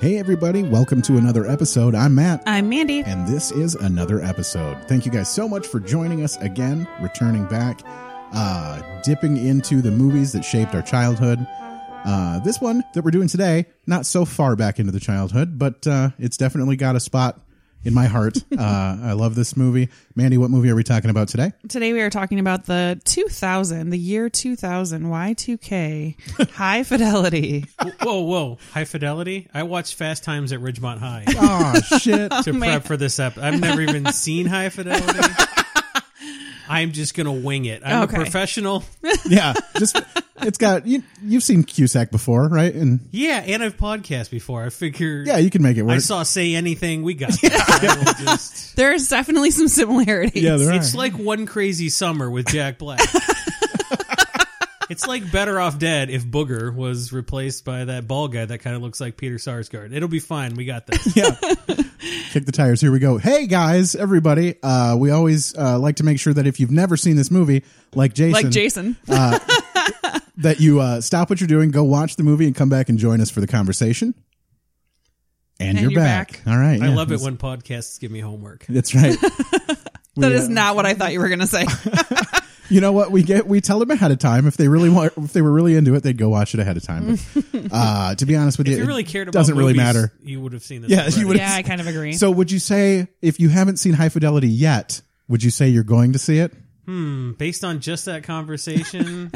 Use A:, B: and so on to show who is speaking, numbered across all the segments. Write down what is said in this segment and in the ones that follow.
A: Hey, everybody, welcome to another episode. I'm Matt,
B: I'm Mandy.
A: and this is another episode. Thank you guys so much for joining us again, returning back, uh, dipping into the movies that shaped our childhood. Uh, this one that we're doing today, not so far back into the childhood, but uh, it's definitely got a spot in my heart. uh, I love this movie. Mandy, what movie are we talking about today?
B: Today we are talking about the 2000, the year 2000, Y2K, high fidelity.
C: whoa, whoa, high fidelity. I watched Fast Times at Ridgemont High
A: Oh, shit.
C: to
B: man.
C: prep for this ep. I've never even seen high fidelity. I'm just gonna wing it. I'm
B: Okay.
C: a professional.
A: Yeah, just it's got you. You've seen Cusack before, right? And
C: Yeah, and I've podcast before. I figure.
A: yeah, you can make it work.
C: I saw say anything. We got. That. I will just-
B: There's definitely some similarities.
A: yeah, there are.
C: it's like one crazy summer with Jack Black. It's like Better Off Dead if Booger was replaced by that bald guy that kind of looks like Peter Sarsgaard. It'll be fine. We got this.
A: yeah. Kick the tires. Here we go. Hey guys, everybody. Uh, we always uh, like to make sure that if you've never seen this movie, like Jason,
B: like Jason.
A: uh, that you uh, stop what you're doing, go watch the movie, and come back and join us for the conversation. And,
B: And
A: you're,
B: you're
A: back.
B: back.
A: All right.
C: I
A: yeah.
C: love it when podcasts give me homework.
A: That's right.
B: that
A: uh,
B: is not what I thought you were going to say.
A: you know what we get we tell them ahead of time if they really want if they were really into it they'd go watch it ahead of time But, uh to be honest with you
C: If you
A: it
C: really cared about
A: doesn't really
C: movies,
A: matter
C: You would have seen this.
A: Yeah,
C: already.
A: you would-
B: yeah, I kind of agree.
A: so would you say if you haven't seen high fidelity yet would you say you're going to see it
C: Hmm, based on just that conversation,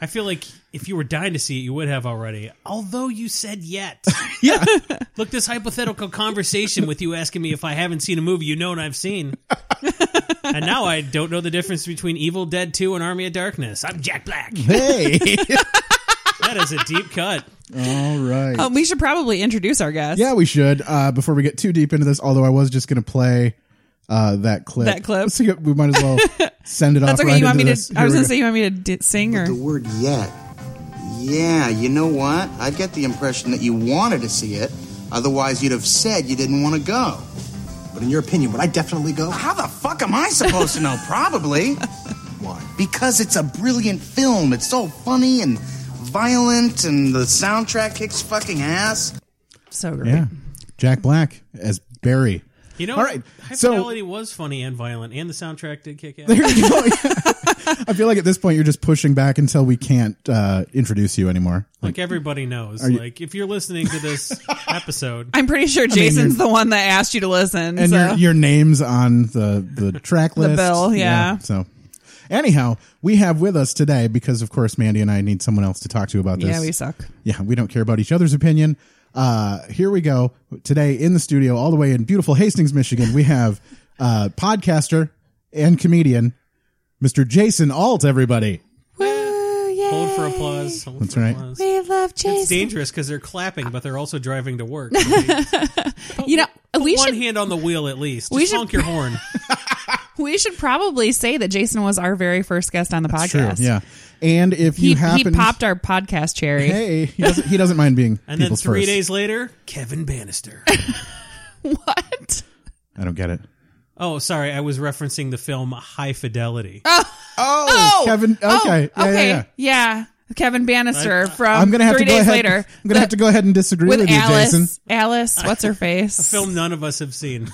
C: I feel like if you were dying to see it, you would have already. Although you said yet.
A: yeah
C: Look, this hypothetical conversation with you asking me if I haven't seen a movie you know what I've seen. and now I don't know the difference between Evil Dead 2 and Army of Darkness. I'm Jack Black.
A: hey
C: That is a deep cut.
A: all right
B: Um, we should probably introduce our guest.
A: yeah we should uh before we get too deep into this although i was just gonna play uh that clip
B: That clip.
A: so yeah, we might as well send it
B: That's
A: off
B: okay.
A: right
B: you want me
A: into
B: to?
A: this.
B: I
A: Here
B: was
A: we
B: going
A: go.
B: to say you want me to d- sing or
D: The word yet. Yeah, you know what? I get the impression that you wanted to see it. Otherwise, you'd have said you didn't want to go.
E: But in your opinion, would I definitely go?
D: How the fuck am I supposed to know? Probably.
E: Why?
D: Because it's a brilliant film. It's so funny and violent, and the soundtrack kicks fucking ass.
B: so great.
A: yeah jack black as barry
C: You know,
A: All right,
C: High
A: so-
C: Fidelity was funny and violent, and the soundtrack did kick ass.
A: There you go. I feel like at this point you're just pushing back until we can't uh, introduce you anymore.
C: Like everybody knows. like if you're listening to this episode,
B: I'm pretty sure Jason's the one that asked you to listen.
A: And
B: so.
A: your your name's on the the track list,
B: bill, yeah.
A: So, anyhow, we have with us today because of course Mandy and I need someone else to talk to about this.
B: yeah, we suck.
A: Yeah, we don't care about each other's opinion. Uh, here we go today in the studio, all the way in beautiful Hastings, Michigan. We have uh, podcaster and comedian, Mr. Jason Alt. Everybody,
B: Woo, yeah.
C: hold for applause. Hold
A: That's
C: for
A: right.
C: applause.
B: We love
C: It's
B: Jason.
C: dangerous because they're clapping, but they're also driving to work.
B: You know, we
C: One
B: should
C: hand on the wheel at least. Just
B: we should-
C: honk your horn.
B: We should probably say that Jason was our very first guest on the podcast.
A: Yeah, and if you
B: He, he
A: happen
B: popped our podcast cherry.
A: Hey, he doesn't, he doesn't mind being
C: And then
A: people's
C: three
A: first.
C: days later, Kevin Bannister.
B: What?
A: I don't get it.
C: oh, sorry, I was referencing the film High Fidelity.
B: Ah.
A: Oh,
B: Oh,
A: Kevin.
B: oh,
A: Okay, yeah,
B: okay,
A: yeah, yeah.
B: yeah. Kevin Bannister from
A: I'm gonna have
B: three
A: to go
B: days
A: ahead.
B: later
A: I'm gonna have to go ahead and disagree with,
B: with
A: you,
B: Alice.
A: Jason.
B: Alice, what's her face?
C: film none of us have seen.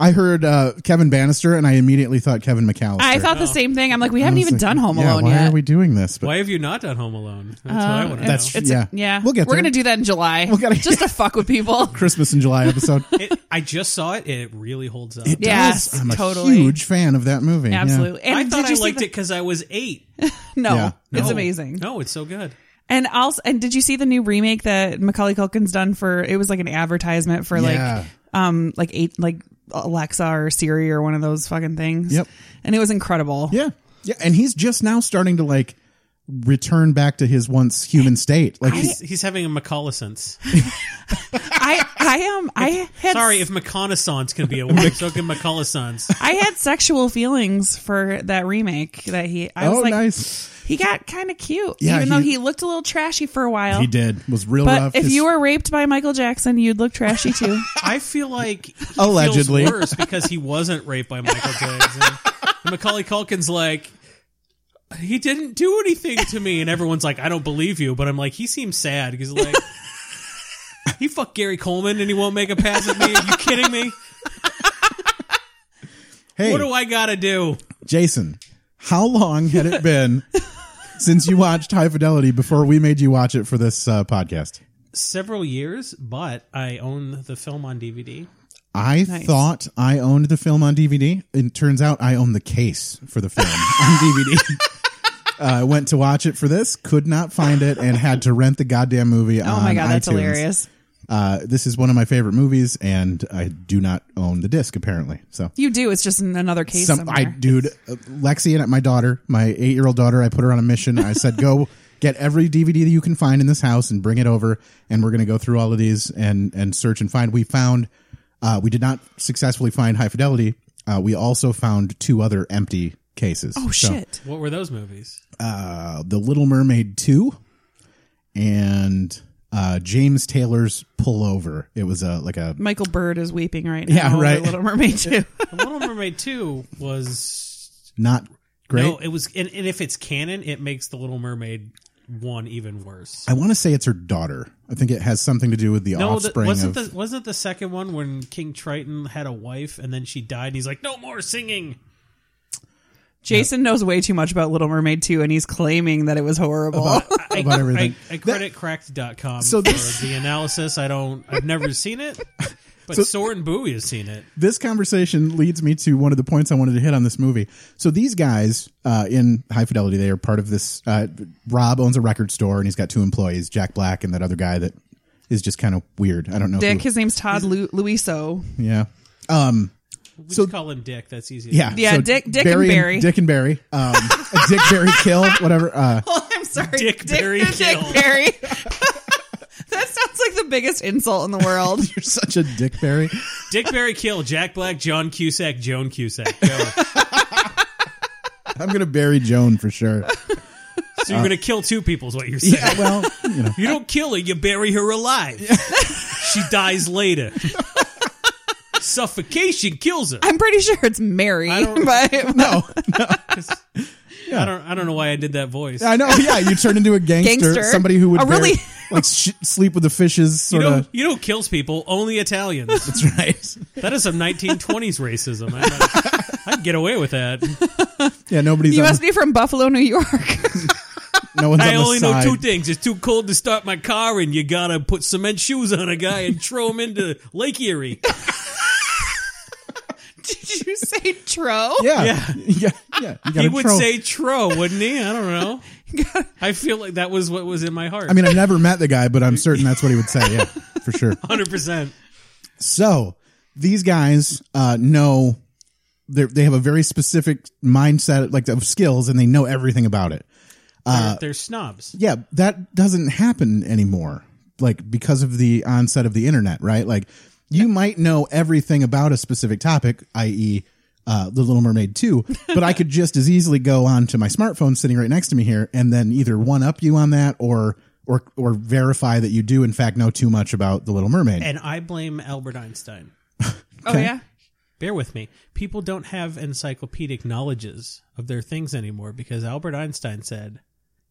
A: I heard uh, Kevin Bannister, and I immediately thought Kevin McAllister.
B: I thought the same thing. I'm like, we haven't
A: I was
B: even
A: like,
B: done Home
A: yeah,
B: Alone
A: why
B: yet.
A: are we doing this? But
C: Why have you not done Home Alone? That's what I want to
A: that's-
C: know.
B: Uh, It's
A: Yeah.
B: a, yeah.
A: We'll get
B: We're
A: there.
B: gonna do that in July.
A: We'll get-
B: just to fuck with people.
A: Christmas and July episode.
C: It, I just saw it, and it really holds up.
A: It
B: Yes,
A: does. I'm a
B: totally.
A: huge fan of that movie. yeah.
B: Absolutely. And
C: I thought
B: did you
C: I
B: see
C: liked
B: the-
C: it because I was eight.
B: No,
A: Yeah.
B: it's
C: No.
B: amazing.
C: No, it's so good.
B: And also, and did you see the new remake that Macaulay Culkin's done for? It was like an advertisement for
A: Yeah.
B: like, um, like eight, like Alexa or Siri or one of those fucking things.
A: Yep.
B: And it was incredible.
A: Yeah. Yeah. And he's just now starting to like return back to his once human state. Like
C: He's, he's having a McColliscence.
B: I, I am. I had.
C: Sorry, if McConnaissance can be a word, so can McColliscence.
B: I had sexual feelings for that remake that he. I was
A: oh,
B: like,
A: nice.
B: He got kind of cute,
A: Yeah,
B: even though
A: he-
B: he looked a little trashy for a while.
A: He did. Was real
B: But
A: rough.
B: if
A: His-
B: you were raped by Michael Jackson, you'd look trashy too.
C: I feel like he
A: Allegedly.
C: feels worse because he wasn't raped by Michael Jackson. and Macaulay Culkin's like, he didn't do anything to me. And everyone's like, I don't believe you. But I'm like, he seems sad because like, he fucked Gary Coleman and he won't make a pass at me. Are you kidding me?
A: Hey,
C: What do I gotta do?
A: Jason, how long had it been since you watched High Fidelity before we made you watch it for this uh, podcast?
C: Several years, but I own the film on DVD.
A: I thought I owned the film on DVD. It turns out I own the case for the film on DVD. Uh, I went to watch it for this, could not find it, and had to rent the goddamn movie
B: Oh
A: on
B: my god, that's
A: iTunes.
B: hilarious.
A: Uh, this is one of my favorite movies, and I do not own the disc apparently. So
B: You do. It's just in another case
A: Some,
B: somewhere.
A: I, dude, uh, Lexi and my daughter, my eight year old daughter, I put her on a mission. I said, go get every DVD that you can find in this house and bring it over. And we're going to go through all of these and, and search and find. We found, uh, we did not successfully find high fidelity. Uh, we also found two other empty cases.
B: oh
A: So,
B: shit.
C: What were those movies?
A: uh, the Little Mermaid 2 and, uh, James Taylor's Pullover. It was a, like a,
B: Michael Bird is weeping right now.
A: Yeah,
B: over
A: right.
B: Little Mermaid too.
C: The Little Mermaid Two was
A: not great.
C: no, it was, and, and if it's canon, it makes the Little Mermaid One even worse.
A: I want to say it's her daughter. I think it has something to do with the
C: No, the,
A: offspring.
C: wasn't
A: of,
C: the wasn't the second one when King Triton had a wife and then she died and he's like, no more singing.
B: Jason knows way too much about Little Mermaid too, and he's claiming that it was horrible.
C: I,
A: About everything.
C: I, I credit cracked.com
A: So
C: so
A: this-
C: for the analysis. I don't. I've never seen it, but Soren Bowie has seen it.
A: this conversation leads me to one of the points I wanted to hit on this movie. So these guys uh, in High Fidelity, they are part of this. Uh, Rob owns a record store and he's got two employees, Jack Black and that other guy that is just kind of weird. I don't know.
B: Dick,
A: who-
B: his name's Todd Lu- Luiso.
A: yeah. Um.
C: We
A: So-
C: just call him Dick. That's easy.
A: Yeah.
B: Yeah,
A: so
B: Dick- Dick and Barry.
A: Dick and Barry. Um. Dick Barry kill whatever. Uh.
B: Oh, I'm sorry,
C: Dick Barry
B: Dick
C: Hill.
B: Barry. that sounds like the biggest insult in the world.
A: You're such a Dick Barry.
C: Dick Barry Kill, Jack Black, John Cusack, Joan Cusack. Go.
A: I'm gonna bury Joan for sure.
C: So you're gonna kill two people is what you're saying.
A: Uh, Yeah. Well, you know.
C: You don't kill her, you bury her alive. she dies later. Suffocation kills her.
B: I'm pretty sure it's Mary,
C: I don't-
B: but
A: No.
C: I don't. I don't know why I did that voice.
A: I know. oh, Yeah. You turn into a gangster,
B: Gangster.
A: somebody who would
B: A really-
A: bury- like sh- sleep with the fishes,
C: you
A: sort
C: know,
A: of.
C: you know, who kills people only Italians.
A: That's right.
C: That is some 1920s racism. I, I, would get away with that.
A: Yeah, nobody's.
B: you
A: on,
B: must be from Buffalo, New York.
A: no one's on
C: I
A: the
C: only know
A: side.
C: two things: it's too cold to start my car, and you gotta put cement shoes on a guy and throw him into Lake Erie.
B: Did you say tro?
A: Yeah, yeah, yeah. You gotta
C: He would
A: troll.
C: say "tro," wouldn't he? I don't know. I feel like that was what was in my heart.
A: I mean, I've never met the guy, but I'm certain that's what he would say. Yeah, for sure.
C: hundred percent.
A: So these guys uh, know they they have a very specific mindset, like of skills, and they know everything about it. uh,
C: They're snobs.
A: yeah, that doesn't happen anymore. Like because of the onset of the internet, right? Like you might know everything about a specific topic, i.e., uh, The Little Mermaid 2, but I could just as easily go on to my smartphone sitting right next to me here and then either one up you on that or or or verify that you do in fact know too much about The Little Mermaid.
C: And I blame Albert Einstein.
B: Oh yeah.
C: Bear with me. People don't have encyclopedic knowledges of their things anymore because Albert Einstein said,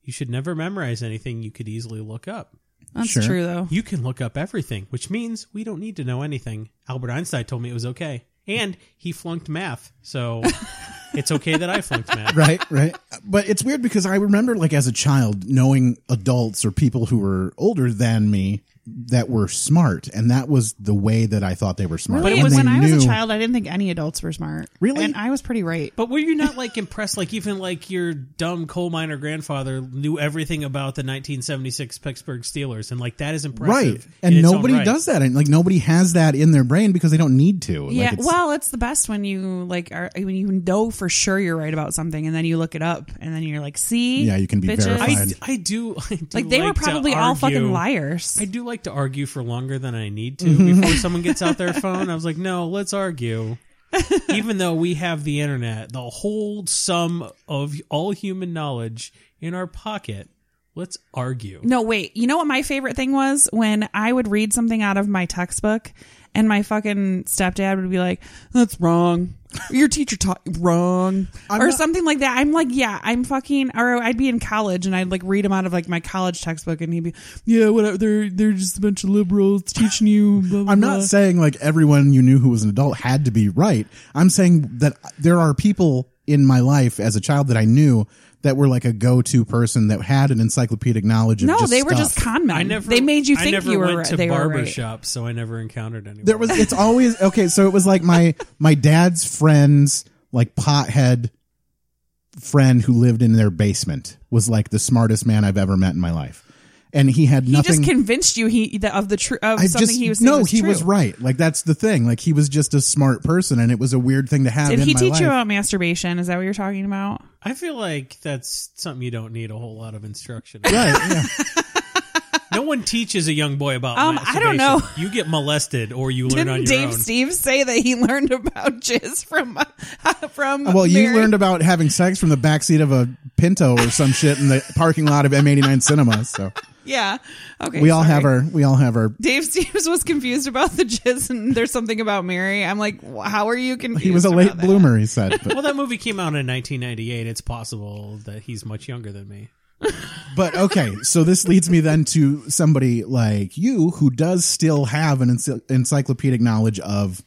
C: you should never memorize anything you could easily look up.
B: That's
A: Sure.
B: true though.
C: You can look up everything, which means we don't need to know anything. Albert Einstein told me it was okay. And he flunked math, so it's okay that I flunked math.
A: right, right. But it's weird because I remember, like, as a child, knowing adults or people who were older than me that were smart, and that was the way that I thought they were smart.
B: Really,
A: And
B: when
A: they
B: I was
A: knew-
B: a child, I didn't think any adults were smart.
A: Really?
B: and I was pretty right.
C: But were you not like impressed? Like even like your dumb coal miner grandfather knew everything about the 1976 Pittsburgh Steelers, and like that is impressive.
A: right,
C: in
A: and
C: its own
A: nobody
C: right.
A: does that, and like nobody has that in their brain because they don't need to. Like,
B: yeah,
A: it's-
B: well, it's the best when you like are when you know for sure you're right about something, and then you look it up, and then you're like, "See,
A: Yeah, you can be
B: bitches."
A: verified.
C: I,
A: Fine.
C: I do. I do
B: Like they were
C: to
B: probably all fucking
C: argue-
B: liars.
C: I do like to argue for longer than I need to
B: Mm-hmm.
C: before someone gets out their phone. I was like, no, let's argue. Even though we have the internet, the whole sum of all human knowledge in our pocket, let's argue.
B: No, wait. You know what my favorite thing was when I would read something out of my textbook and my fucking stepdad would be like, "That's wrong." Your teacher taught wrong
A: I'm
B: or
A: not-
B: something like that. I'm like, yeah, I'm fucking. Or I'd be in college and I'd like read him out of like my college textbook, and he'd be, yeah, whatever. They're they're just a bunch of liberals teaching you. Blah, blah,
A: I'm not
B: blah."
A: saying like everyone you knew who was an adult had to be right. I'm saying that there are people in my life as a child that I knew that were like a go-to person that had an encyclopedic knowledge of
B: No,
A: just
B: they were
A: stuff.
B: just con men.
C: I never.
B: Mm-hmm. they made you
C: I
B: think
C: never
B: you were
C: went
B: right.
C: to
B: they were
C: barber
B: right.
C: shops, so I never encountered anyone.
A: there was it's always okay so it was like my my dad's friends like pothead friend who lived in their basement was like the smartest man i've ever met in my life and he had
B: He
A: nothing
B: just convinced you he that of the tr- of
A: I
B: something
A: just
B: he was saying
A: no
B: was
A: he
B: true.
A: was right like that's the thing like he was just a smart person and it was a weird thing to have
B: Did
A: in
B: he
A: my
B: teach
A: life.
B: you about masturbation? Is that what you're talking about?
C: I feel like that's something you don't need a whole lot of instruction. on.
A: right yeah.
C: no one teaches a young boy about.
B: Um, I don't
C: masturbation.
B: know.
C: You get molested, or you learn on
B: Didn't
C: your
B: Dave
C: own.
B: Steve say that he learned about jizz from uh, from?
A: well you
B: Mary-
A: learned about having sex from the backseat of a pinto or some shit in the parking lot of m89 cinema so
B: yeah. Okay,
A: we all have
B: sorry.
A: our we all have our
B: Dave Steves was confused about the jizz, and there's something about Mary. I'm like, wh- how are you confused?
A: he was a
B: about
A: late
B: that?
A: bloomer he said but
C: Well, that movie came out in 1998. It's possible that he's much younger than me.
A: But okay, so this leads me then to somebody like you who does still have an ency- encyclopedic knowledge of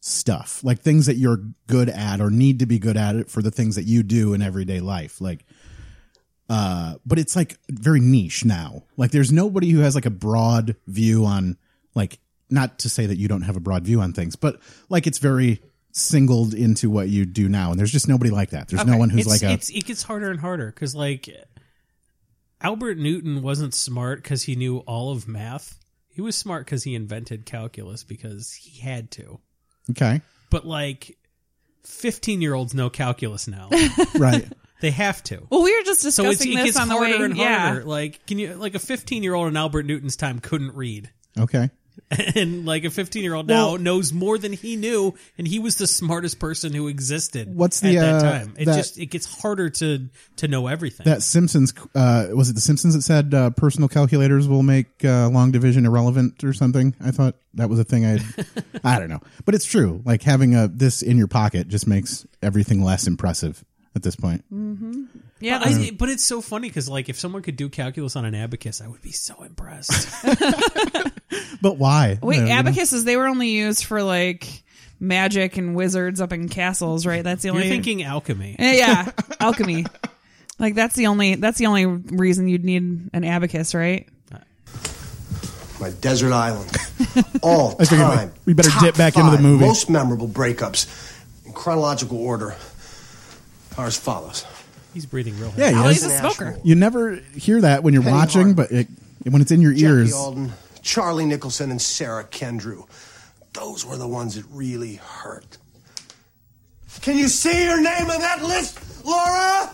A: stuff, like things that you're good at or need to be good at it for the things that you do in everyday life. Like, uh, but it's like very niche now. Like, there's nobody who has like a broad view on, like, not to say that you don't have a broad view on things, but like it's very singled into what you do now. And there's just nobody like that. There's no one who's like
C: it's,
A: a.
C: it's, it gets harder and harder because like Albert Newton wasn't smart because he knew all of math. He was smart because he invented calculus because he had to.
A: Okay.
C: But like, 15 year olds know calculus now.
A: Right.
C: they have to.
B: Well, we were just
C: So it's,
B: discussing
C: it
B: this
C: gets
B: on the
C: harder
B: way.
C: and harder.
B: Yeah,
C: Like, can you like a 15 year old in Albert Newton's time couldn't read.
A: Okay.
C: And like a 15 year old
A: Well-
C: now knows more than he knew, and he was the smartest person who existed.
A: What's the,
C: at that
A: uh,
C: time? It
A: that-
C: just it gets harder to to know everything.
A: that Simpsons uh, was it the Simpsons that said uh, personal calculators will make uh, long division irrelevant or something? I thought that was a thing I I don't know, but it's true. Like having a this in your pocket just makes everything less impressive at this point.
B: Mm. yeah.
A: Hmm.
C: But, I, but it's so funny because like if someone could do calculus on an abacus, I would be so impressed.
A: But why?
B: Wait,
A: You know,
B: abacuses they were only used for like magic and wizards up in castles, right? That's the
C: You're
B: only
C: thinking alchemy.
B: Eh, yeah, alchemy. Like that's the only that's the only reason you'd need an abacus, right?
C: Uh,
E: My desert island. All
A: I figured we-
E: time.
A: we better
E: Top
A: dip back into the
E: five
A: movie.
E: Most memorable breakups in chronological order are as follows.
C: He's breathing real
A: Yeah,
C: hard.
A: yeah.
B: Oh, he's a
E: Yes.
B: smoker.
A: You never hear that when you're
E: Penny
A: watching,
E: Hardaway.
A: but it, when it's in your
E: Jackie
A: ears,
E: Alden, Charlie Nicholson, and Sarah Kendrew. Those were the ones that really hurt. Can you see your name on that list, Laura?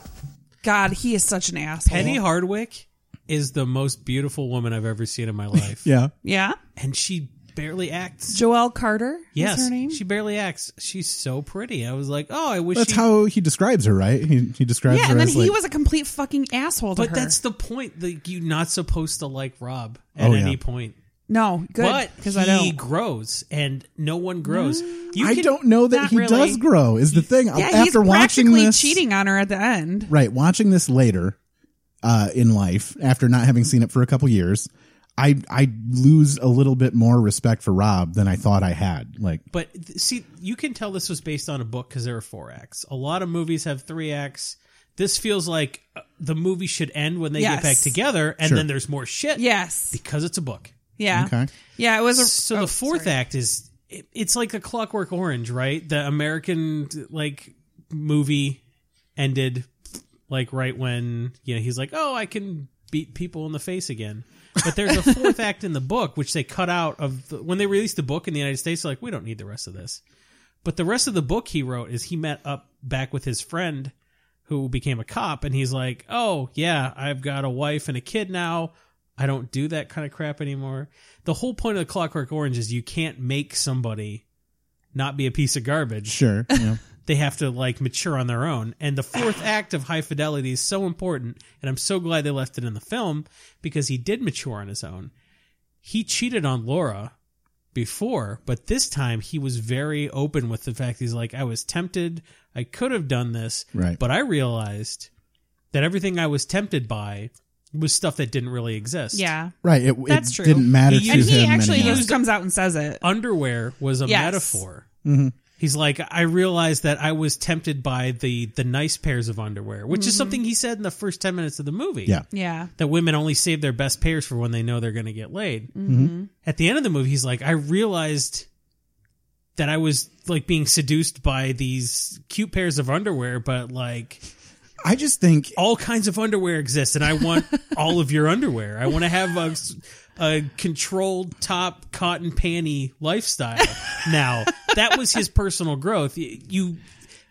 B: God, he is such an asshole.
C: Penny Hardwick is the most beautiful woman I've ever seen in my life.
A: yeah,
B: yeah,
C: And she barely acts.
B: Joelle Carter.
C: Yes,
B: is her name.
C: she barely acts. She's so pretty. I was like, oh, I wish.
A: that's
C: she-
A: how he describes her, right? He, he describes
B: yeah,
A: her
B: and then
A: as
B: he
A: like,
B: was a complete fucking asshole to
C: But
B: her.
C: that's the point. That you're not supposed to like Rob at
A: Oh, yeah.
C: any point.
B: no good
C: but
B: because
C: he
B: I don't.
C: grows, and no one grows. You
A: I
C: can-
A: don't know that
B: not
A: he
B: really.
A: does grow. Is the thing
B: Yeah,
A: after
B: he's
A: watching
B: practically
A: this
B: cheating on her at the end.
A: right watching this later uh in life after not having seen it for a couple years i i lose a little bit more respect for rob than i thought i had like
C: But th- see, you can tell this was based on a book because there are four acts. A lot of movies have three acts. This feels like uh, the movie should end when they
B: Yes.
C: get back together, and then there's more shit.
B: Yes.
C: because it's a book.
B: Yeah.
A: Okay.
B: Yeah, it was a,
C: So
B: oh,
C: the fourth
B: sorry.
C: act is it, it's like a Clockwork Orange, right? The American like movie ended like right when you know he's like, oh, I can beat people in the face again. But there's a fourth act in the book which they cut out of the, when they released the book in the United States. They're like, we don't need the rest of this. But the rest of the book he wrote is he met up back with his friend who became a cop and he's like, "Oh, yeah, I've got a wife and a kid now. I don't do that kind of crap anymore." The whole point of Clockwork Orange is you can't make somebody not be a piece of garbage.
A: sure yeah.
C: They have to like mature on their own. And the fourth act of High Fidelity is so important, and I'm so glad they left it in the film because he did mature on his own. He cheated on Laura before, but this time he was very open with the fact he's like, I was tempted. I could have done this,
A: Right.
C: but I realized that everything I was tempted by was stuff that didn't really exist.
B: Yeah.
A: Right. It,
B: That's
A: it
B: true.
A: didn't matter
C: He
A: to
C: used-
B: And he
A: him
B: actually
A: anymore.
B: just comes out and says it.
C: Underwear was a
B: Yes.
C: metaphor. He's like, I realized that I was tempted by the the nice pairs of underwear, which is something he said in the first ten minutes of the movie.
A: Yeah.
B: Yeah.
C: that women only save their best pairs for when they know they're going to get laid. At the end of the movie, he's like, I realized that I was like being seduced by these cute pairs of underwear, but like
A: I just think
C: all kinds of underwear exist, and I want all of your underwear. I want to have a, a controlled top cotton panty lifestyle. Now that was his personal growth. Y- You.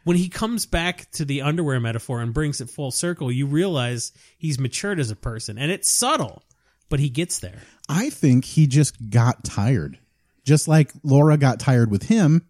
C: When he comes back to the underwear metaphor and brings it full circle, you realize he's matured as a person, and it's subtle, but he gets there.
A: I think he just got tired. Just like Laura got tired with him,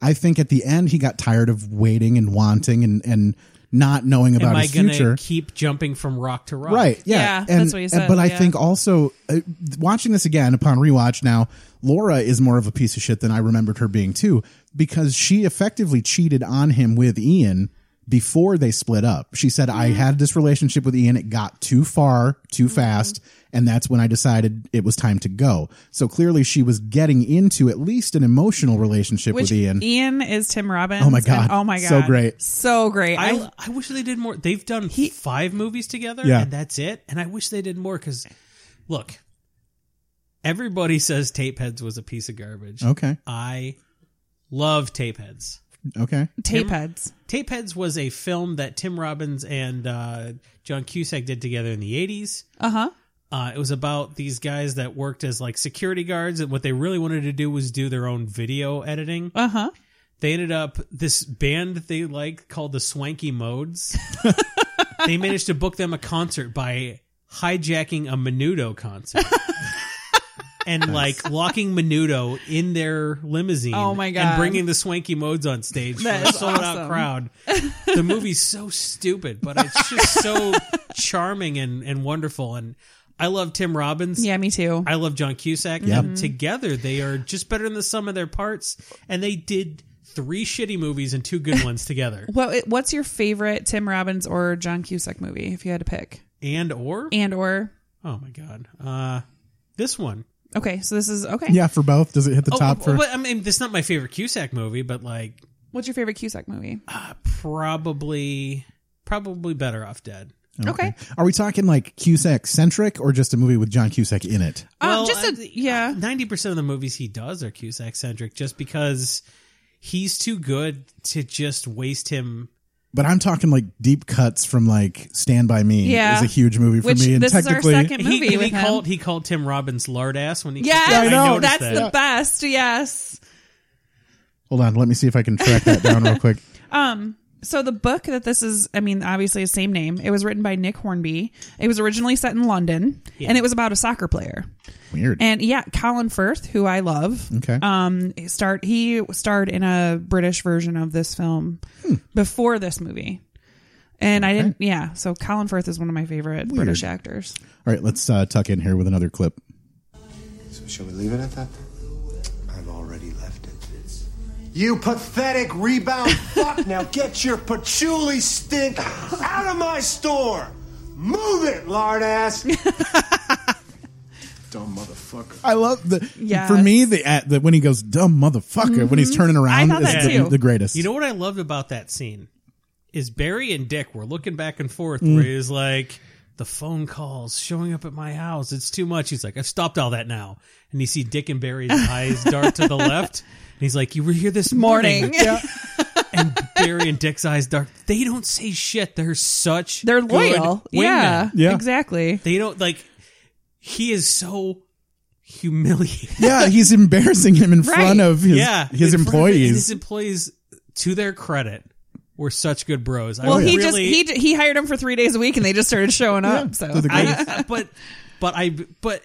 A: I think at the end he got tired of waiting and wanting and and not knowing about
C: Am I
A: his
C: going
A: future.
C: to keep jumping from rock to rock?
A: Right. Yeah.
B: Yeah,
A: and,
B: that's what you said,
A: But I
B: yeah.
A: think also uh, watching this again upon rewatch now, Laura is more of a piece of shit than I remembered her being too, because she effectively cheated on him with Ian before they split up. She said, I
B: Mm-hmm.
A: had this relationship with Ian. It got too far, too fast. And that's when I decided it was time to go. So clearly she was getting into at least an emotional relationship
B: Which
A: with Ian.
B: is Tim Robbins.
A: Oh my
B: and-
A: God.
B: oh my god.
A: So great.
B: So great. I,
C: I, I wish they did more. They've done five movies together,
A: Yeah.
C: and that's it. And I wish they did more because, look, everybody says Tapeheads was a piece of garbage.
A: Okay.
C: I love Tapeheads.
A: Okay.
B: tape heads.
C: Tapeheads was a film that Tim Robbins and uh, John Cusack did together in the 80s.
B: Uh-huh.
C: Uh, it was about these guys that worked as like security guards, and what they really wanted to do was do their own video editing.
B: Uh-huh.
C: they ended up this band that they like called the Swanky Modes. they managed to book them a concert by hijacking a Menudo concert. And like locking Menudo in their limousine,
B: Oh my God.
C: and bringing the Swanky Modes on stage
B: That
C: for a
B: is
C: sold
B: awesome.
C: out crowd. The movie's so stupid, but it's just so charming and and wonderful. And I love Tim Robbins.
B: Yeah, me too.
C: I love John Cusack. And together, they are just better than the sum of their parts. And they did three shitty movies and two good ones together.
B: What what's your favorite Tim Robbins or John Cusack movie if you had to pick?
C: And or
B: And or
C: oh my god, uh, this one.
B: Okay, so this is okay.
A: Yeah. For both. Does it hit the
C: Oh,
A: top for?
C: but, I mean, this is not my favorite Cusack movie, but like
B: What's your favorite Cusack movie?
C: probably probably better off dead.
B: okay.
A: Are we talking like Cusack centric or just a movie with John Cusack in it?
B: Um,
C: Well,
B: just a
C: I- uh,
B: yeah.
C: Ninety percent of the movies he does are Cusack centric, just because he's too good to just waste him
A: But I'm talking like deep cuts from like Stand By Me
B: Yeah.
A: is a huge movie for
B: Which
A: me. And
B: this is our
A: technically,
B: second
C: He-
B: movie
C: he,
B: with him.
C: called he called Tim Robbins lard ass when he
B: Yes,
C: I noticed
B: that's
C: that.
B: the best. Yes.
A: hold on, let me see if I can track that down real quick.
B: So the book that this is, I mean, obviously the same name. It was written by Nick Hornby. It was originally set in London, and it was about a soccer player.
A: Weird.
B: And yeah, Colin Firth, who I love,
A: okay.
C: Hmm.
B: um, start he starred in a British version of this film
C: Hmm.
B: before this movie. And I didn't, yeah. So Colin Firth is one of my favorite British actors.
A: All right, let's uh, tuck in here with another clip.
F: So shall we leave it at that?
E: I've already left it. You pathetic rebound fuck! Now get your patchouli stink out of my store! Move it, lard ass!
F: Dumb motherfucker.
A: I love the
B: Yes. Mm-hmm.
A: for me the, at the when he goes dumb motherfucker when he's turning around
B: I thought
A: is
B: that
A: the,
B: too.
A: the greatest.
C: You know what I loved about that scene is Barry and Dick were looking back and forth where
B: Mm.
C: he's like, the phone calls showing up at my house. It's too much. He's like, I've stopped all that now. And you see Dick and Barry's eyes dart to the left. And he's like, you were here this morning.
B: Morning.
C: And Barry and Dick's eyes dart. They don't say shit. They're such
B: They're
C: good
B: loyal. Yeah,
C: wingmen.
A: Yeah.
B: Exactly.
C: They don't like, he is so humiliated.
A: yeah, he's embarrassing him in
B: Right.
A: front of his
C: yeah,
A: his
C: in front of it.
A: employees.
C: His employees, to their credit, were such good bros. I
A: Oh,
B: Well,
C: would
B: he just
C: really,
B: he j- he hired him for three days a week, and they just started showing up. So
A: they're the
B: I-
A: greatest.
C: I, but but I but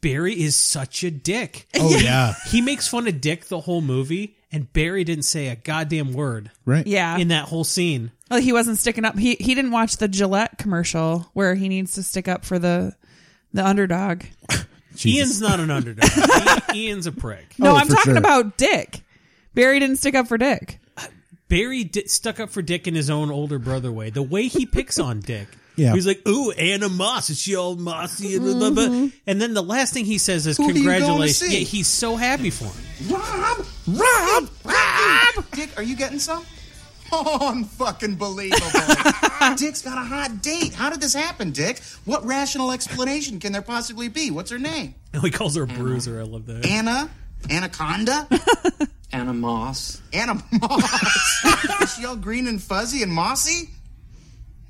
C: Barry is such a dick.
A: oh yeah,
C: He makes fun of Dick the whole movie, and Barry didn't say a goddamn word
A: right.
B: yeah,
C: in that whole scene.
B: Well, he wasn't sticking up. He he didn't watch the Gillette commercial where he needs to stick up for the the underdog.
A: Jesus.
C: Ian's not an underdog. I- Ian's a prick.
B: No,
A: Oh,
B: I'm
A: for
B: talking
A: sure.
B: about Dick. Barry didn't stick up for Dick.
C: Barry di- stuck up for Dick in his own older brother way. The way he picks on Dick.
A: Yeah.
C: He's like, ooh, Anna Moss. Is she all mossy? And, blah, blah, blah."
B: Mm-hmm.
C: and then the last thing he says is,
D: Who are you going to
C: congratulations.
D: see?
C: Yeah, he's so happy for him.
D: Rob! Rob! Rob! Dick, are you getting some? Oh, unbelievable. Dick's got a hot date. How did this happen, Dick? What rational explanation can there possibly be? What's her name?
C: No, he calls her a bruiser. I love that.
D: Anna? Anaconda?
G: Anna Moss.
D: Anna Moss. Is she all green and fuzzy and mossy?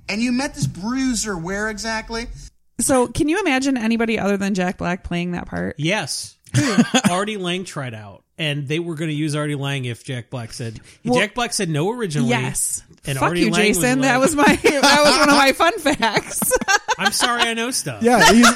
D: And you met this bruiser where exactly?
B: So, can you imagine anybody other than Jack Black playing that part?
C: Yes. Artie Lang tried out, and they were going to use Artie Lang if Jack Black said
B: Well-
C: Jack Black said no originally.
B: Yes.
C: and
B: Fuck
C: Artie
B: you,
C: Lang
B: Jason.
C: Was like,
B: that was my that was one of my fun facts.
C: I'm sorry, I know stuff.
A: Yeah, he's,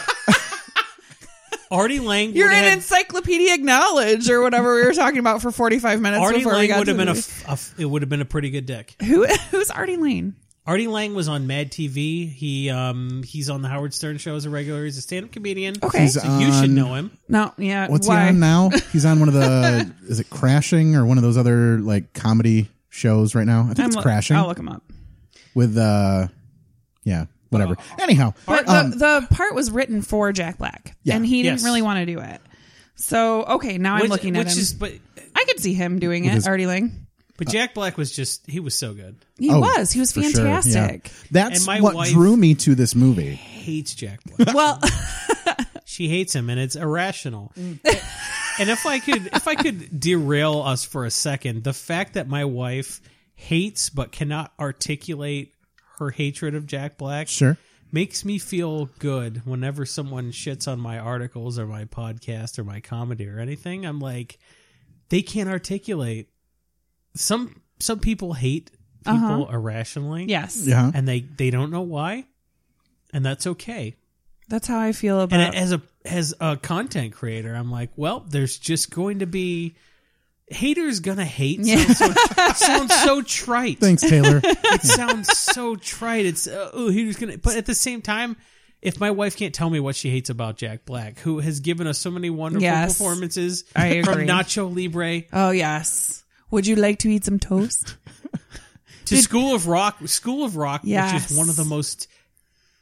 C: Artie Lang.
B: You're
C: would
B: in
C: have,
B: encyclopedic knowledge or whatever we were talking about for 45 minutes
C: Artie
B: before we
C: Lang
B: got
C: would
B: to
C: have been a,
B: the-
C: f- a f- it would have been a pretty good dick.
B: Who who's Artie Lane?
C: Artie Lang was on Mad TV. He um he's on the Howard Stern show as a regular. He's a stand-up comedian.
B: Okay.
A: He's
C: so you should
A: on-
C: know him.
B: No, yeah.
A: what's
B: why?
A: he on now? He's on one of the is it Crashing or one of those other like comedy shows right now? I think
B: I'm
A: it's
B: look-
A: Crashing
B: I'll look him up.
A: with uh yeah, whatever. Anyhow,
B: But
A: um,
B: the, the part was written for Jack Black,
A: Yeah.
B: and he didn't
C: Yes.
B: really want to do it. So okay, now I'm
C: Which-
B: looking at
C: which
B: him.
C: is but
B: I could see him doing it,
A: his-
B: Artie Lang.
A: Uh,
C: but Jack Black was just he was so good.
B: He
A: oh,
B: was. He was
A: for sure, yeah.
B: fantastic.
A: That's
C: And my
A: what
C: wife-
A: drew me to this movie.
C: Hates Jack Black.
B: Well,
C: she hates him, and it's irrational. and if I could if I could derail us for a second, the fact that my wife hates but cannot articulate her hatred of Jack Black
A: Sure.
C: makes me feel good whenever someone shits on my articles or my podcast or my comedy or anything. I'm like, they can't articulate. Some some people hate people irrationally.
B: yes,
A: Yeah.
C: And they, they don't know why. And that's okay.
B: that's how I feel about.
C: And as a as a content creator, I'm like, well, there's just going to be haters gonna hate. Sounds, so, sounds so trite.
A: Thanks, Taylor.
C: It sounds so trite. It's uh, oh, haters gonna. But at the same time, if my wife can't tell me what she hates about Jack Black, who has given us so many wonderful
B: Yes.
C: performances
B: I
C: from
B: agree.
C: Nacho Libre
B: oh yes, would you like to eat some toast?
C: to School of Rock, School of Rock, which
B: Yes.
C: is one of the most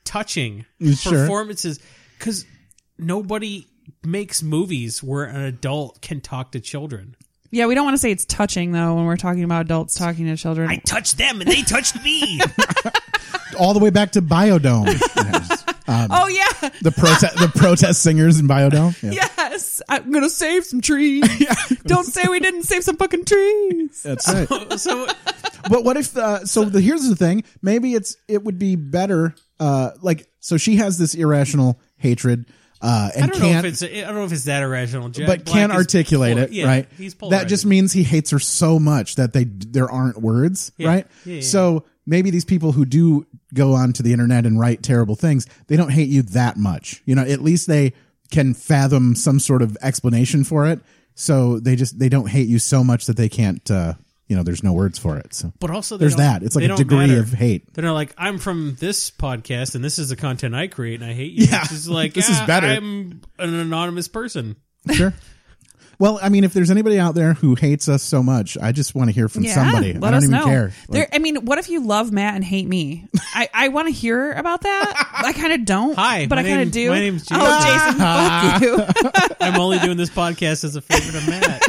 C: touching
A: Sure.
C: performances because nobody makes movies where an adult can talk to children.
B: yeah, we don't want to say it's touching though when we're talking about adults talking to children.
C: I touched them and they touched me.
A: All the way back to Biodome. Yes.
B: oh yeah,
A: The protest the protest singers in Biodome. Yeah.
B: yes, I'm gonna save some trees. Don't say we didn't save some fucking trees.
A: That's right.
C: so
A: but what if uh, so the here's the thing maybe it's it would be better uh like so she has this irrational hatred uh and
C: I don't know
A: can't
C: if it's I don't know if it's that irrational, Jack
A: but
C: Black
A: can't
C: is
A: articulate
C: pol-
A: it
C: yeah,
A: right
C: He's
A: that just means he hates her so much that they there aren't words right
C: Yeah, yeah,
A: so maybe these people who do go onto the internet and write terrible things they don't hate you that much you know at least they can fathom some sort of explanation for it so they just they don't hate you so much that they can't uh you know there's no words for it so
C: But also, they
A: there's
C: don't-
A: that it's like
C: they
A: a
C: don't
A: degree
C: matter.
A: of hate
C: They're not like I'm from this podcast and this is the content I create and I hate you.
A: Yeah.
C: It's just like
A: This is
C: ah,
A: better.
C: I'm an anonymous person.
A: Sure. Well, I mean, if there's anybody out there who hates us so much, I just want to hear from somebody.
B: Let
A: I don't
B: us
A: even
B: know.
A: care.
B: there,
A: Like,
B: I mean, what if you love Matt and hate me? I, I want to hear about that. I kind of don't.
C: Hi,
B: but
C: my
B: I kind
C: name-
B: of do.
C: my name's Jason.
B: Oh, Jason, fuck you.
C: I'm only doing this podcast as a favor to Matt.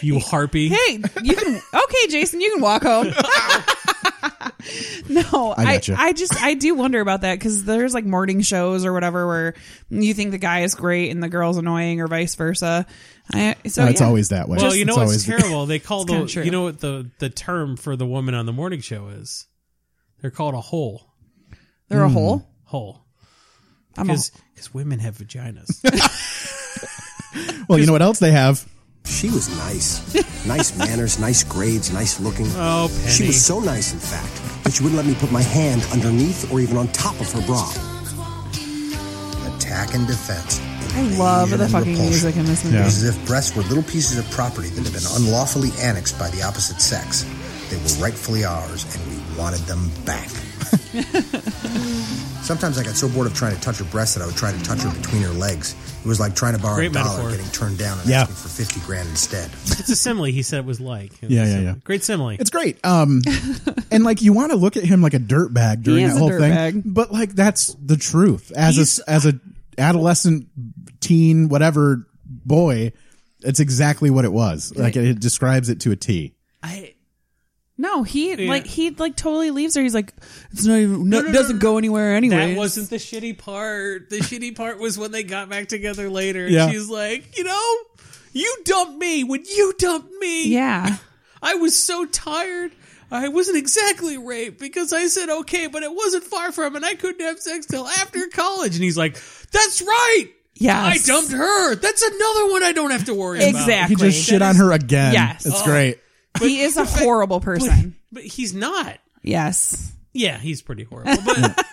C: you harpy.
B: Hey, you can. Okay, Jason, you can walk home. no,
A: I
B: I,
A: gotcha.
B: I just I do wonder about that because there's like morning shows or whatever where you think the guy is great and the girl's annoying or vice versa. I, so
A: no, it's
B: yeah.
A: always that way.
C: Well, you know
A: always-
C: what's terrible? They call
B: It's kinda
C: the
B: true.
C: you know what the the term for the woman on the morning show is? They're called a hole.
B: they're
A: Mm.
B: a hole.
C: Hole.
B: I'm a,
C: Because women have vaginas.
A: Well, you know what else they have?
H: She was nice. Nice manners, nice grades, nice looking.
C: Oh,
H: She
C: Penny.
H: was so nice, in fact, that she wouldn't let me put my hand underneath or even on top of her bra.
I: Attack and defense.
B: I love the
I: and
B: fucking
I: repulsion.
B: music in this movie.
I: It was as if breasts were little pieces of property that had been unlawfully annexed by the opposite sex. They were rightfully ours, and we wanted them back. Sometimes I got so bored of trying to touch her breast that I would try to touch her between her legs. It was like trying to borrow
C: Great
I: a dollar,
C: metaphor.
I: getting turned down, and
A: Yeah.
I: asking for fifty grand instead.
C: It's a simile. He said it was like. It's
A: Yeah,
C: a
A: yeah,
C: simile.
A: yeah.
C: Great simile.
A: It's great. Um, and like you want to look at him like a dirtbag during
B: is
A: that
B: a
A: whole thing,
B: dirtbag.
A: but like that's the truth. As
C: He's-
A: a as a adolescent, teen, whatever boy, it's exactly what it was. Like it describes it to a T.
C: I,
B: No, he
C: Yeah.
B: like he like totally leaves her. He's like, it's not even no,
C: no, no,
B: doesn't
C: no.
B: go anywhere anyway.
C: That wasn't the shitty part. The shitty part was when they got back together later.
A: Yeah.
C: And she's like, you know, you dumped me when you dumped me.
B: yeah.
C: I was so tired. I wasn't exactly raped because I said okay, but it wasn't far from, and I couldn't have sex till after college. And he's like, "That's right.
B: Yes.
C: I dumped her. That's another one I don't have to worry about."
B: Exactly.
A: He just shit on her again.
B: Yes.
A: it's
B: Oh.
A: great.
B: he is a horrible person.
C: But he's not.
B: yes.
C: Yeah, he's pretty horrible. But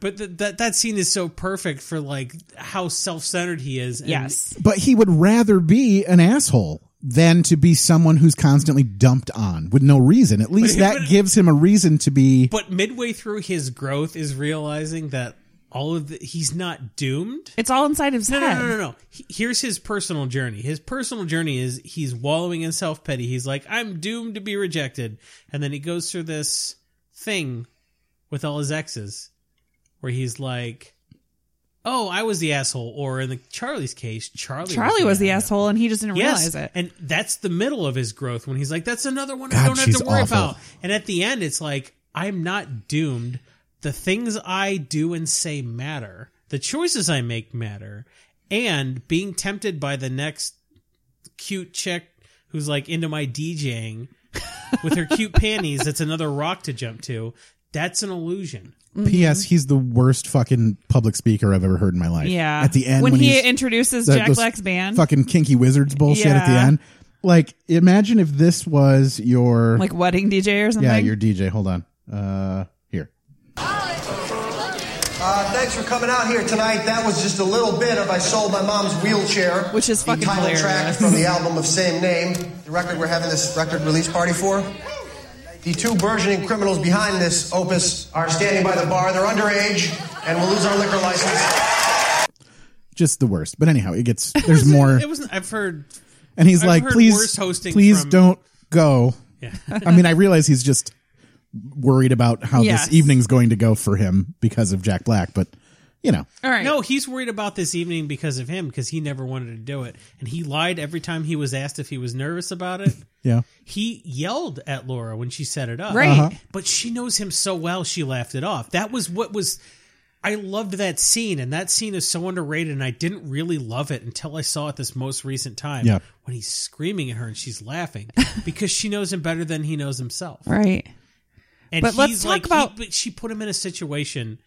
C: but th- that that scene is so perfect for like how self centered he is. And
B: Yes.
A: But he would rather be an asshole than to be someone who's constantly dumped on with no reason. At least
C: But-
A: that
C: but-
A: gives him a reason to be.
C: But midway through his growth is realizing that all of the he's not doomed.
B: It's all inside his
C: No, no,
B: head.
C: no, no, no. He- Here's his personal journey. His personal journey is he's wallowing in self pity. He's like, I'm doomed to be rejected. And then he goes through this thing with all his exes where he's like, Oh, I was the asshole. Or in the Charlie's case, Charlie
B: Charlie was the
C: asshole.
B: asshole and he just didn't realize it.
C: And that's the middle of his growth when he's like, that's another one
A: God,
C: I don't have
A: she's
C: to worry
A: awful.
C: about. And at the end, it's like, I'm not doomed. The things I do and say matter. The choices I make matter. And being tempted by the next cute chick who's like into my DJing with her cute panties, that's another rock to jump to. That's an illusion.
A: P.S. He's the worst fucking public speaker I've ever heard in my life.
B: yeah.
A: At the end,
B: when,
A: when,
B: he
A: he's-
B: introduces
A: that-
B: Jack
A: those
B: Black's band,
A: Fucking kinky wizards bullshit at the
B: Yeah.
A: end. Like, imagine if this was your
B: like wedding DJ or something.
A: yeah, your DJ. Hold on, uh, here.
E: Uh, thanks for coming out here tonight. That was just a little bit of I Sold My Mom's Wheelchair.
B: Which is fucking
E: the title track
B: hilarious.
E: from the album of same name. The record we're having this record release party for. The two burgeoning criminals behind this opus are standing by the bar. They're underage, and we'll lose our liquor license.
A: Just the worst. But anyhow, it gets there's more,
C: It wasn't, I've heard,
A: and he's
C: I've
A: like,
C: heard
A: please,
C: worse hosting
A: please
C: from-
A: don't go. I mean, I realize he's just worried about how
B: Yes.
A: this evening's going to go for him because of Jack Black, but you know,
B: All right.
C: No, he's worried about this evening because of him because he never wanted to do it, and he lied every time he was asked if he was nervous about it.
A: yeah.
C: he yelled at Laura when she set it up,
B: Right. Uh-huh.
C: But she knows him so well, she laughed it off. That was what was. I loved that scene, and that scene is so underrated. And I didn't really love it until I saw it this most recent time
A: Yeah.
C: when he's screaming at her and she's laughing because she knows him better than he knows himself.
B: Right.
C: And
B: But let's
C: he's
B: talk
C: like, he-
B: about-
C: but she put him in a situation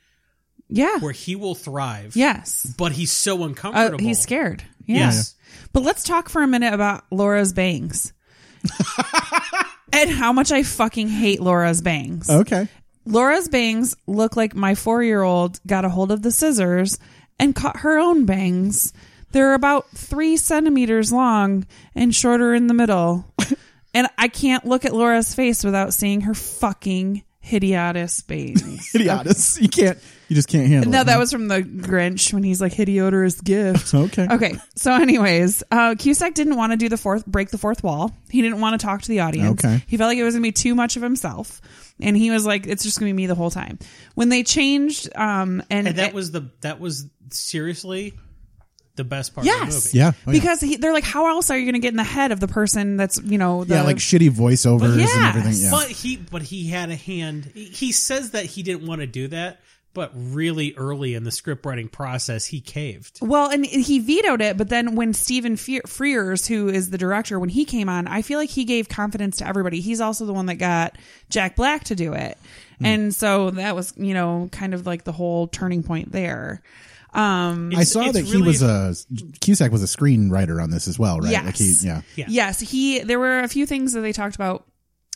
B: Yeah.
C: where he will thrive.
B: Yes.
C: but he's so
B: Uh,
C: uncomfortable.
B: he's scared. Yes.
C: Yes.
B: But let's talk for a minute about Laura's bangs. and how much I fucking hate Laura's bangs.
A: Okay,
B: Laura's bangs look like my four year old got a hold of the scissors and cut her own bangs. They're about three centimeters long and shorter in the middle. and I can't look at Laura's face without seeing her fucking hideous bangs.
A: idiotus. You can't. You just can't handle.
B: no,
A: it.
B: that was from the Grinch when he's like hideodorous gift.
A: Okay.
B: Okay. So, anyways, uh, Cusack didn't want to do the fourth, break the fourth wall. He didn't want to talk to the audience.
A: Okay.
B: He felt like it was going to be too much of himself, and he was like, "It's just going to be me the whole time." When they changed, um, and,
C: and that was the that was seriously the best part of the movie.
B: yes,
A: Yeah. Oh, yeah.
B: because He, they're like, "How else are you going to get in the head of the person that's you know the
A: yeah, like shitty voiceovers and
B: Yes.
A: everything. Yeah.
C: But he but he had a hand. He- He says that he didn't want to do that, but really early in the script writing process, he caved.
B: Well, and he vetoed it, but then when Stephen Fe- Frears, who is the director, when he came on, I feel like he gave confidence to everybody. He's also the one that got Jack Black to do it, and so that was you know kind of like the whole turning point there. Um,
A: I saw
C: it's
A: that he
C: really-
A: was a Cusack was a screenwriter on this as well, right? Like he,
B: Yes.
A: yeah.
C: Yeah.
B: Yes, he. There were a few things that they talked about,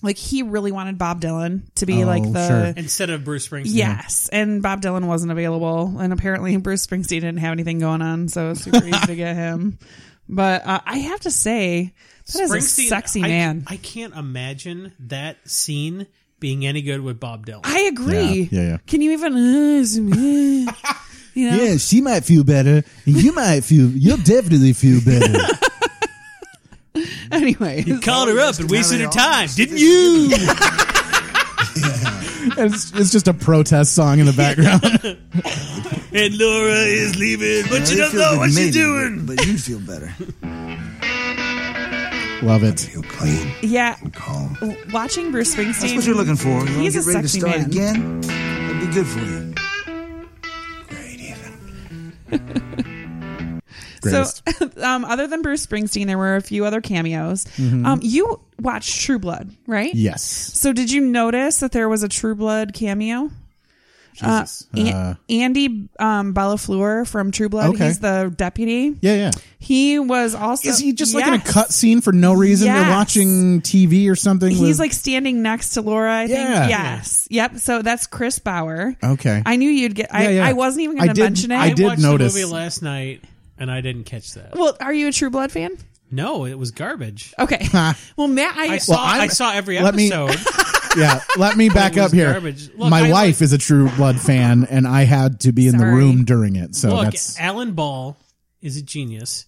B: like he really wanted Bob Dylan to be
A: Oh,
B: like the.
A: sure.
C: Instead of Bruce Springsteen.
B: Yes, and Bob Dylan wasn't available, and apparently Bruce Springsteen didn't have anything going on, so it's super easy to get him. But uh, I have to say, that is a sexy
C: I-
B: man.
C: I can't imagine that scene being any good with Bob Dylan.
B: I agree.
A: Yeah, yeah, yeah.
B: Can you even? Uh, zoom in? you know?
A: Yeah, she might feel better. and You might feel. You'll definitely feel better.
B: Anyway,
C: Called her up and wasted her
E: all
C: time, didn't you?
A: it's, it's just a protest song in the background.
C: and Laura is leaving, but
J: It
C: you don't
J: feels
C: know
J: like
C: what she's
J: maybe,
C: doing.
J: But you'd feel better.
A: Love it.
J: Feel clean
B: yeah,
J: and calm.
B: w- watching Bruce Springsteen.
J: That's what you're looking for. You wanna
B: He's a
J: get ready to
B: sexy
J: start
B: man.
J: again? It'd be good for you. Great, Ethan.
A: Greatest.
B: So, um, other than Bruce Springsteen, there were a few other cameos.
A: Mm-hmm.
B: Um, you watched True Blood, right?
A: yes.
B: So, did you notice that there was a True Blood cameo?
A: Jesus.
B: An-
A: Uh,
B: Andy um, Ballafleur from True Blood.
A: Okay.
B: He's the deputy.
A: yeah, yeah.
B: He was also.
A: Is he just like in a
B: Yes.
A: cut scene for no reason? They're
B: Yes.
A: watching TV or something.
B: He's
A: with-
B: like standing next to Laura. I think.
A: Yeah.
B: Yes. Yep. So that's Chris Bauer.
A: Okay.
B: I knew you'd get. I,
A: Yeah, yeah.
B: I wasn't even
A: I
B: going to
A: did-
B: mention it.
A: I did
C: watched
A: notice.
C: the movie last night, and I didn't catch that.
B: Well, are you a True Blood fan?
C: No, it was garbage.
B: Okay. well, Matt, I,
C: I saw.
A: I'm-
C: I saw every
A: let me-
C: episode.
A: yeah. Let me back
C: It
A: up
C: was
A: here.
C: garbage. Look,
A: My
C: I
A: wife
C: like-
A: is a True Blood fan, and I had to be in the
B: Sorry.
A: room during it.
B: Oh,
A: So
C: Look,
A: that's
C: Alan Ball is a genius,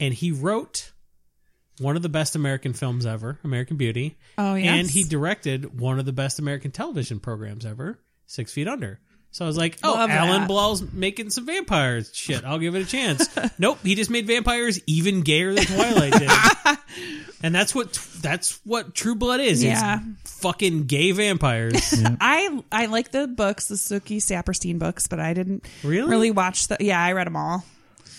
C: and he wrote one of the best American films ever, American Beauty.
B: Oh, yes.
C: and he directed one of the best American television programs ever, Six Feet Under. So I was like, oh,
B: Love
C: Alan
B: that.
C: Ball's making some vampires shit. I'll give it a chance. nope, he just made vampires even gayer than Twilight did. And that's what that's what True Blood is.
B: Yeah.
C: It's fucking gay vampires.
B: I I like the books, the Suki Saperstein books, but I didn't
C: Really?
B: watch the. Yeah, I read them all,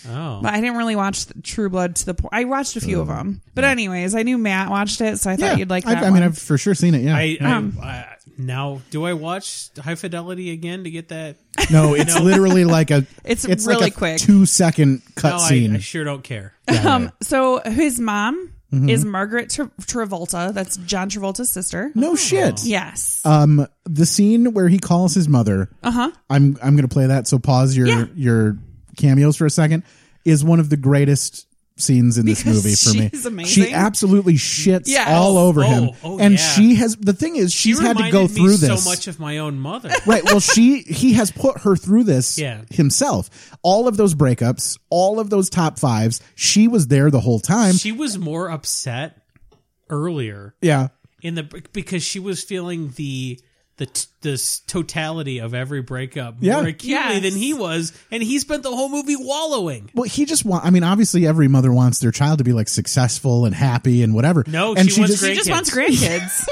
C: oh.
B: but I didn't really watch the True Blood to the point. I watched a few of them, but anyways, I knew Matt watched it, so I thought
A: Uh, yeah.
B: you'd like
A: I,
B: that.
A: I mean,
B: one.
A: I've for sure seen it. Yeah.
C: I,
A: Um,
C: I, I now do I watch High Fidelity again to get that?
A: no, it's literally like a.
B: It's
A: like
B: really
A: a
B: quick.
A: Two second
C: No,
A: cut
C: I,
A: scene.
C: I sure don't care.
B: um, so his mom
A: Mm-hmm.
B: is Margaret Tra- Travolta. That's John Travolta's sister.
C: Oh.
A: no shit.
B: Yes.
A: Um, the scene where he calls his mother. Uh
C: Uh-huh.
A: huh. I'm I'm gonna play that. So pause your
B: Yeah.
A: your cameos for a second. Is one of the greatest scenes in this
B: Because
A: movie for me.
B: she's amazing.
A: She absolutely shits
B: Yes.
A: all over
C: Oh,
A: him,
C: oh,
A: and
C: yeah.
A: she has. The thing is, she's
C: She
A: had to
C: reminded
A: go
C: me
A: through this.
C: so much of my own mother.
A: right. Well, she he has put her through this
C: Yeah.
A: himself. All of those breakups, all of those top fives. She was there the whole time.
C: she was more upset earlier
A: yeah.
C: in the because she was feeling the the t- this totality of every breakup
A: Yeah.
C: more acutely
B: Yes.
C: than he was, and he spent the whole movie wallowing.
A: Well, he just want. I mean, obviously, every mother wants their child to be like successful and happy and whatever.
C: No,
A: and
C: she wants
B: she just
C: grandkids.
B: wants grandkids.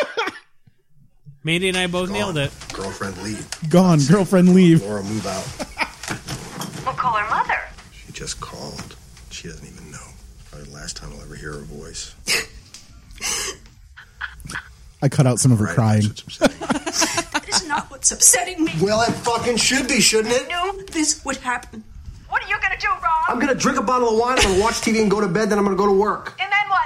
C: Mandy and I both nailed it.
I: Girlfriend leave.
A: gone. Girlfriend, leave.
I: Laura, move out.
K: We'll call her mother.
I: She just called. She doesn't even know. Probably the last time I'll ever hear her voice.
A: I cut out some of her
I: Right,
A: crying.
I: that's what's upsetting.
K: That is not what's upsetting me.
E: Well, it fucking should be, shouldn't it?
K: Knew this would happen. What are you gonna do, Rob?
E: I'm gonna drink a bottle of wine, I'm gonna watch TV and go to bed, then I'm gonna go to work.
K: And then what?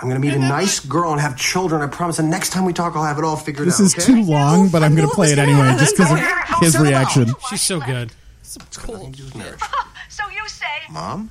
E: I'm gonna meet a nice girl and have children, I promise. And next time we talk, I'll have it all figured
A: This
E: out.
A: is
E: okay?
A: too long, but I'm going to play it anyway just because
K: happen.
A: of his
K: Shut up.
A: reaction.
C: She's so good.
I: Nothing to do with marriage.
K: So you say
I: Mom,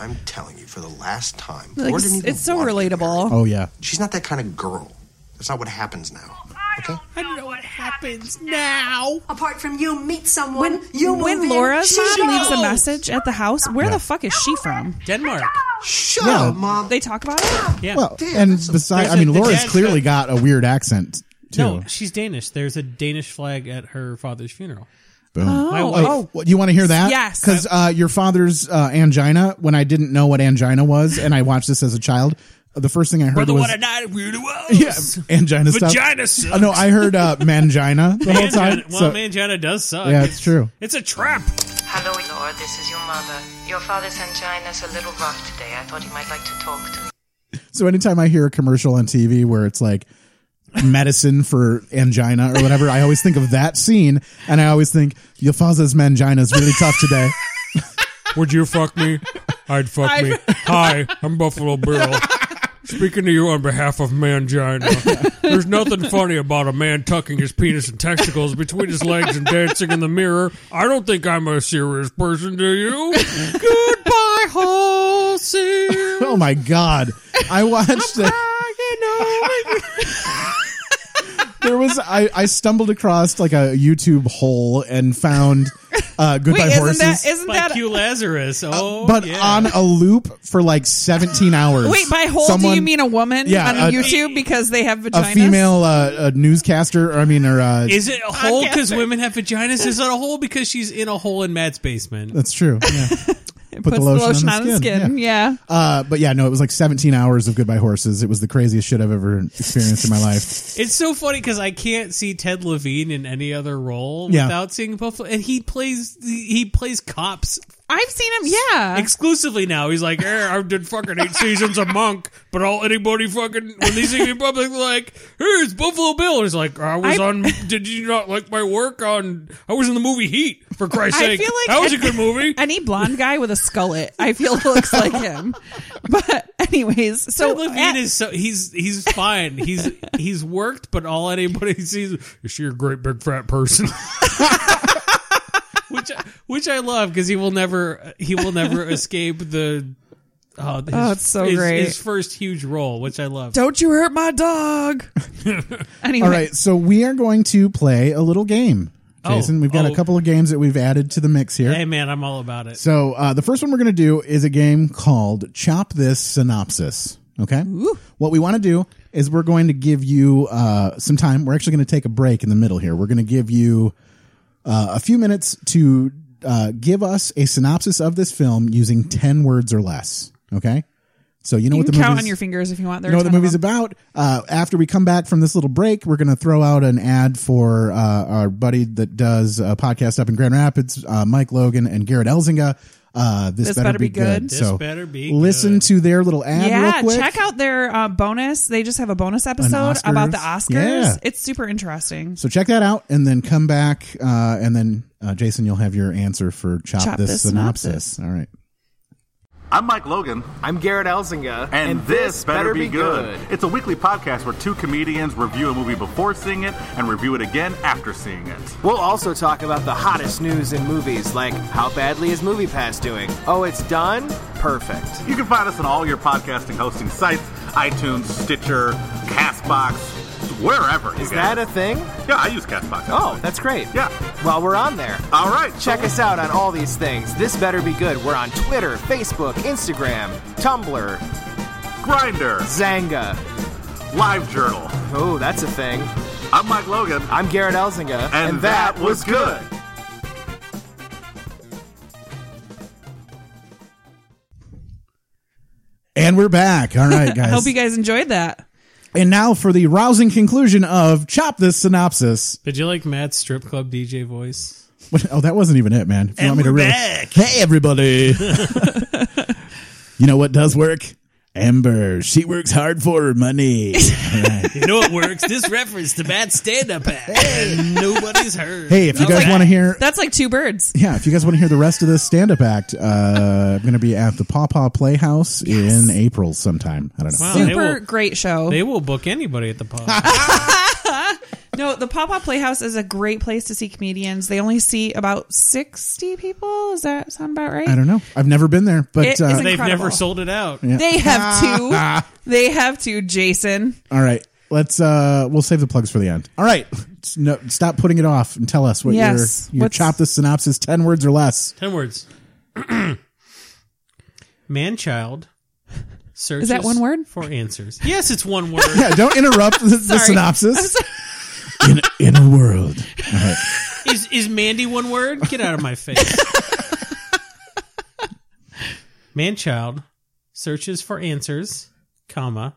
I: I'm telling you for the last time.
B: Like,
I: Laura
B: it's,
I: didn't even
B: it's so
I: want to get
B: relatable.
A: Oh yeah,
I: married. She's not that kind of girl. That's not what happens now.
K: I
I: Okay.
K: don't know what happens now.
J: Apart from you, meet someone.
B: When you when Laura's mom leaves a message at the house, where
A: Yeah.
B: the fuck is she from?
C: Denmark.
I: Shut
A: Yeah.
I: up, Mom.
B: They talk about it.
C: Yeah.
A: well, and besides, I mean,
C: there's a-
A: Laura's
C: there's a-
A: clearly got a weird accent too.
C: no, she's Danish. There's a Danish flag at her father's funeral.
A: Boom.
C: My
B: Oh,
C: wife-
A: Oh, what, you want to hear that?
B: Yes.
A: Because uh, your father's uh, angina. When I didn't know what angina was, and I watched this as a child, the first thing I heard
C: Brother,
A: was
C: what a night of weirdo
A: yeah,
C: was.
A: angina stuff.
C: Vagina sucks.
A: Oh, no, I heard uh, mangina the whole time.
C: Mangina- well,
A: so-
C: Mangina does suck.
A: Yeah, it's true.
C: It's a trap.
K: Hello, Laura. This is your mother. Your father's angina's a little rough today. I thought he might like to talk to me.
A: So anytime I hear a commercial on TV where it's like medicine for angina or whatever, I always think of that scene, and I always think your father's mangina is really tough today.
C: Would you fuck me? I'd fuck me. Hi, I'm Buffalo Bill. Speaking to you on behalf of Mangina. There's nothing funny about a man tucking his penis and testicles between his legs and dancing in the mirror. I don't think I'm a serious person, do you? Goodbye, Halsey.
A: Oh
B: oh
A: my god! I watched that. there was I, I stumbled across like a YouTube hole and found uh, Goodbye
B: Wait, isn't
A: Horses,
B: that isn't
C: By
B: that
C: Q Lazarus. Oh,
A: Uh, but
C: yeah.
A: on a loop for like 17 hours.
B: Wait, by hole do you
A: Someone-
B: mean a woman
A: Yeah,
B: on
A: a-
B: YouTube because they have
A: a
B: vaginas?
A: female uh, a newscaster? Or, I mean, or uh,
C: Is it a hole because women have vaginas? Is it a hole because she's in a hole in Matt's basement?
A: that's true. Yeah.
B: It puts the lotion, on the skin. Yeah.
A: Uh, but yeah, no, it was like 17 hours of Goodbye Horses. It was the craziest shit I've ever experienced in my life.
C: It's so funny because I can't see Ted Levine in any other role
A: Yeah.
C: without seeing Buffalo, and he plays he plays cops
B: I've seen him. Yeah.
C: exclusively now. He's like, eh, I did fucking eight seasons of Monk, but all anybody fucking when they see me in public, they're like, here's Buffalo Bill. He's like, I was
B: I-
C: on. Did you not like my work on? I was in the movie Heat for Christ's
B: I
C: sake.
B: feel like-
C: that was a good movie.
B: Any blonde guy with a skullet, I feel looks like him. But anyways, so
C: Ted Levine
B: at-
C: is so he's he's fine. He's he's worked, but all anybody sees is she a great big fat person. which I- which I love because he will never he will never escape the. Oh, his,
B: Oh, it's so
C: his-
B: great.
C: His first huge role, which I love.
B: don't you hurt my dog. anyway,
A: All right, so we are going to play a little game. Jason,
C: Oh,
A: we've got
C: oh.
A: a couple of games that we've added to the mix here.
C: Hey man, I'm all about it.
A: So uh, the first one we're going to do is a game called Chop This Synopsis. Okay. What we want to do is we're going to give you uh, some time. We're actually going to take a break in the middle here. We're going to give you uh, a few minutes to uh, give us a synopsis of this film using ten words or less. Okay. So you know
B: you
A: what the
B: can
A: movie
B: count
A: is-
B: on your fingers if you want. There
A: you know
B: are
A: what the
B: a ton of
A: movie's
B: them.
A: about. Uh, after we come back from this little break, we're going to throw out an ad for uh, our buddy that does a podcast up in Grand Rapids, uh, Mike Logan and Garrett Elzinga. Uh, this, better, be good.
B: This
A: So
C: better be
A: listen
C: good.
A: to their little ad real
B: Yeah,
A: quick.
B: check out their uh, bonus. They just have a bonus episode
A: Oscars.
B: about the Oscars.
A: Yeah.
B: It's super interesting.
A: so check that out, and then come back, uh, and then uh, Jason, you'll have your answer for chop,
B: Chop
A: this,
B: this
A: synopsis.
B: synopsis.
A: All right.
L: I'm Mike Logan,
M: I'm Garrett Elzinga,
L: and, this, better, be good. It's a weekly podcast where two comedians review a movie before seeing it and review it again after seeing it.
M: We'll also talk about the hottest news in movies, like how badly is MoviePass doing? Oh, it's done? Perfect.
L: You can find us on all your podcasting hosting sites iTunes, Stitcher, Castbox, wherever.
M: Is that a thing?
L: Yeah, I use Castbox.
M: Oh, that's great.
L: Yeah.
M: While we're on there.
L: All right.
M: Check us out on all these things. This better be good. We're on Twitter, Facebook, Instagram, Tumblr,
L: Grinder,
M: Zanga.
L: Live Journal.
M: Oh, that's a thing.
L: I'm Mike Logan,
M: I'm Garrett Elzinga.
L: and, that, was good.
A: And we're back. All right,
B: I
A: guys.
B: hope you guys enjoyed that.
A: and now for the rousing conclusion of chop this synopsis.
C: Did you like Matt's strip club DJ voice?
A: What- Oh, that wasn't even it, man. If you
C: And
A: want me to
C: we're
A: really,
C: back.
A: hey everybody, you know what does work? Amber, she works hard for her money.
C: You know it works. This reference to Matt's stand-up act, and nobody's heard.
A: hey, if you
C: That was
A: guys
C: like-
A: want to hear,
B: That's like two birds.
A: yeah, if you guys want to hear the rest of this stand-up act, uh, I'm going to be at the Paw Paw Playhouse in April sometime. I don't know.
C: Wow, they
B: Super
C: will-
B: great show.
C: they will book anybody at the pub.
B: No, the Pop Up Playhouse is a great place to see comedians. They only see about 60 people. Does that sound about right?
A: I don't know. I've never been there, but
B: It
A: uh,
B: is
C: They've
B: Incredible.
C: never sold it out.
B: They have two. they have two, Jason.
A: all right, let's uh, we'll save the plugs for the end. All right, S- no, stop putting it off and tell us what
B: Yes.
A: your your
B: What's-
A: chop this synopsis ten words or less.
C: Ten words. Man child searches
B: Is that one word?
C: for answers. Yes, it's one word.
A: Yeah, don't interrupt the, the
B: Sorry.
A: synopsis. In, in a world. All right.
C: Is is Mandy one word? Get out of my face. Man child searches for answers, comma.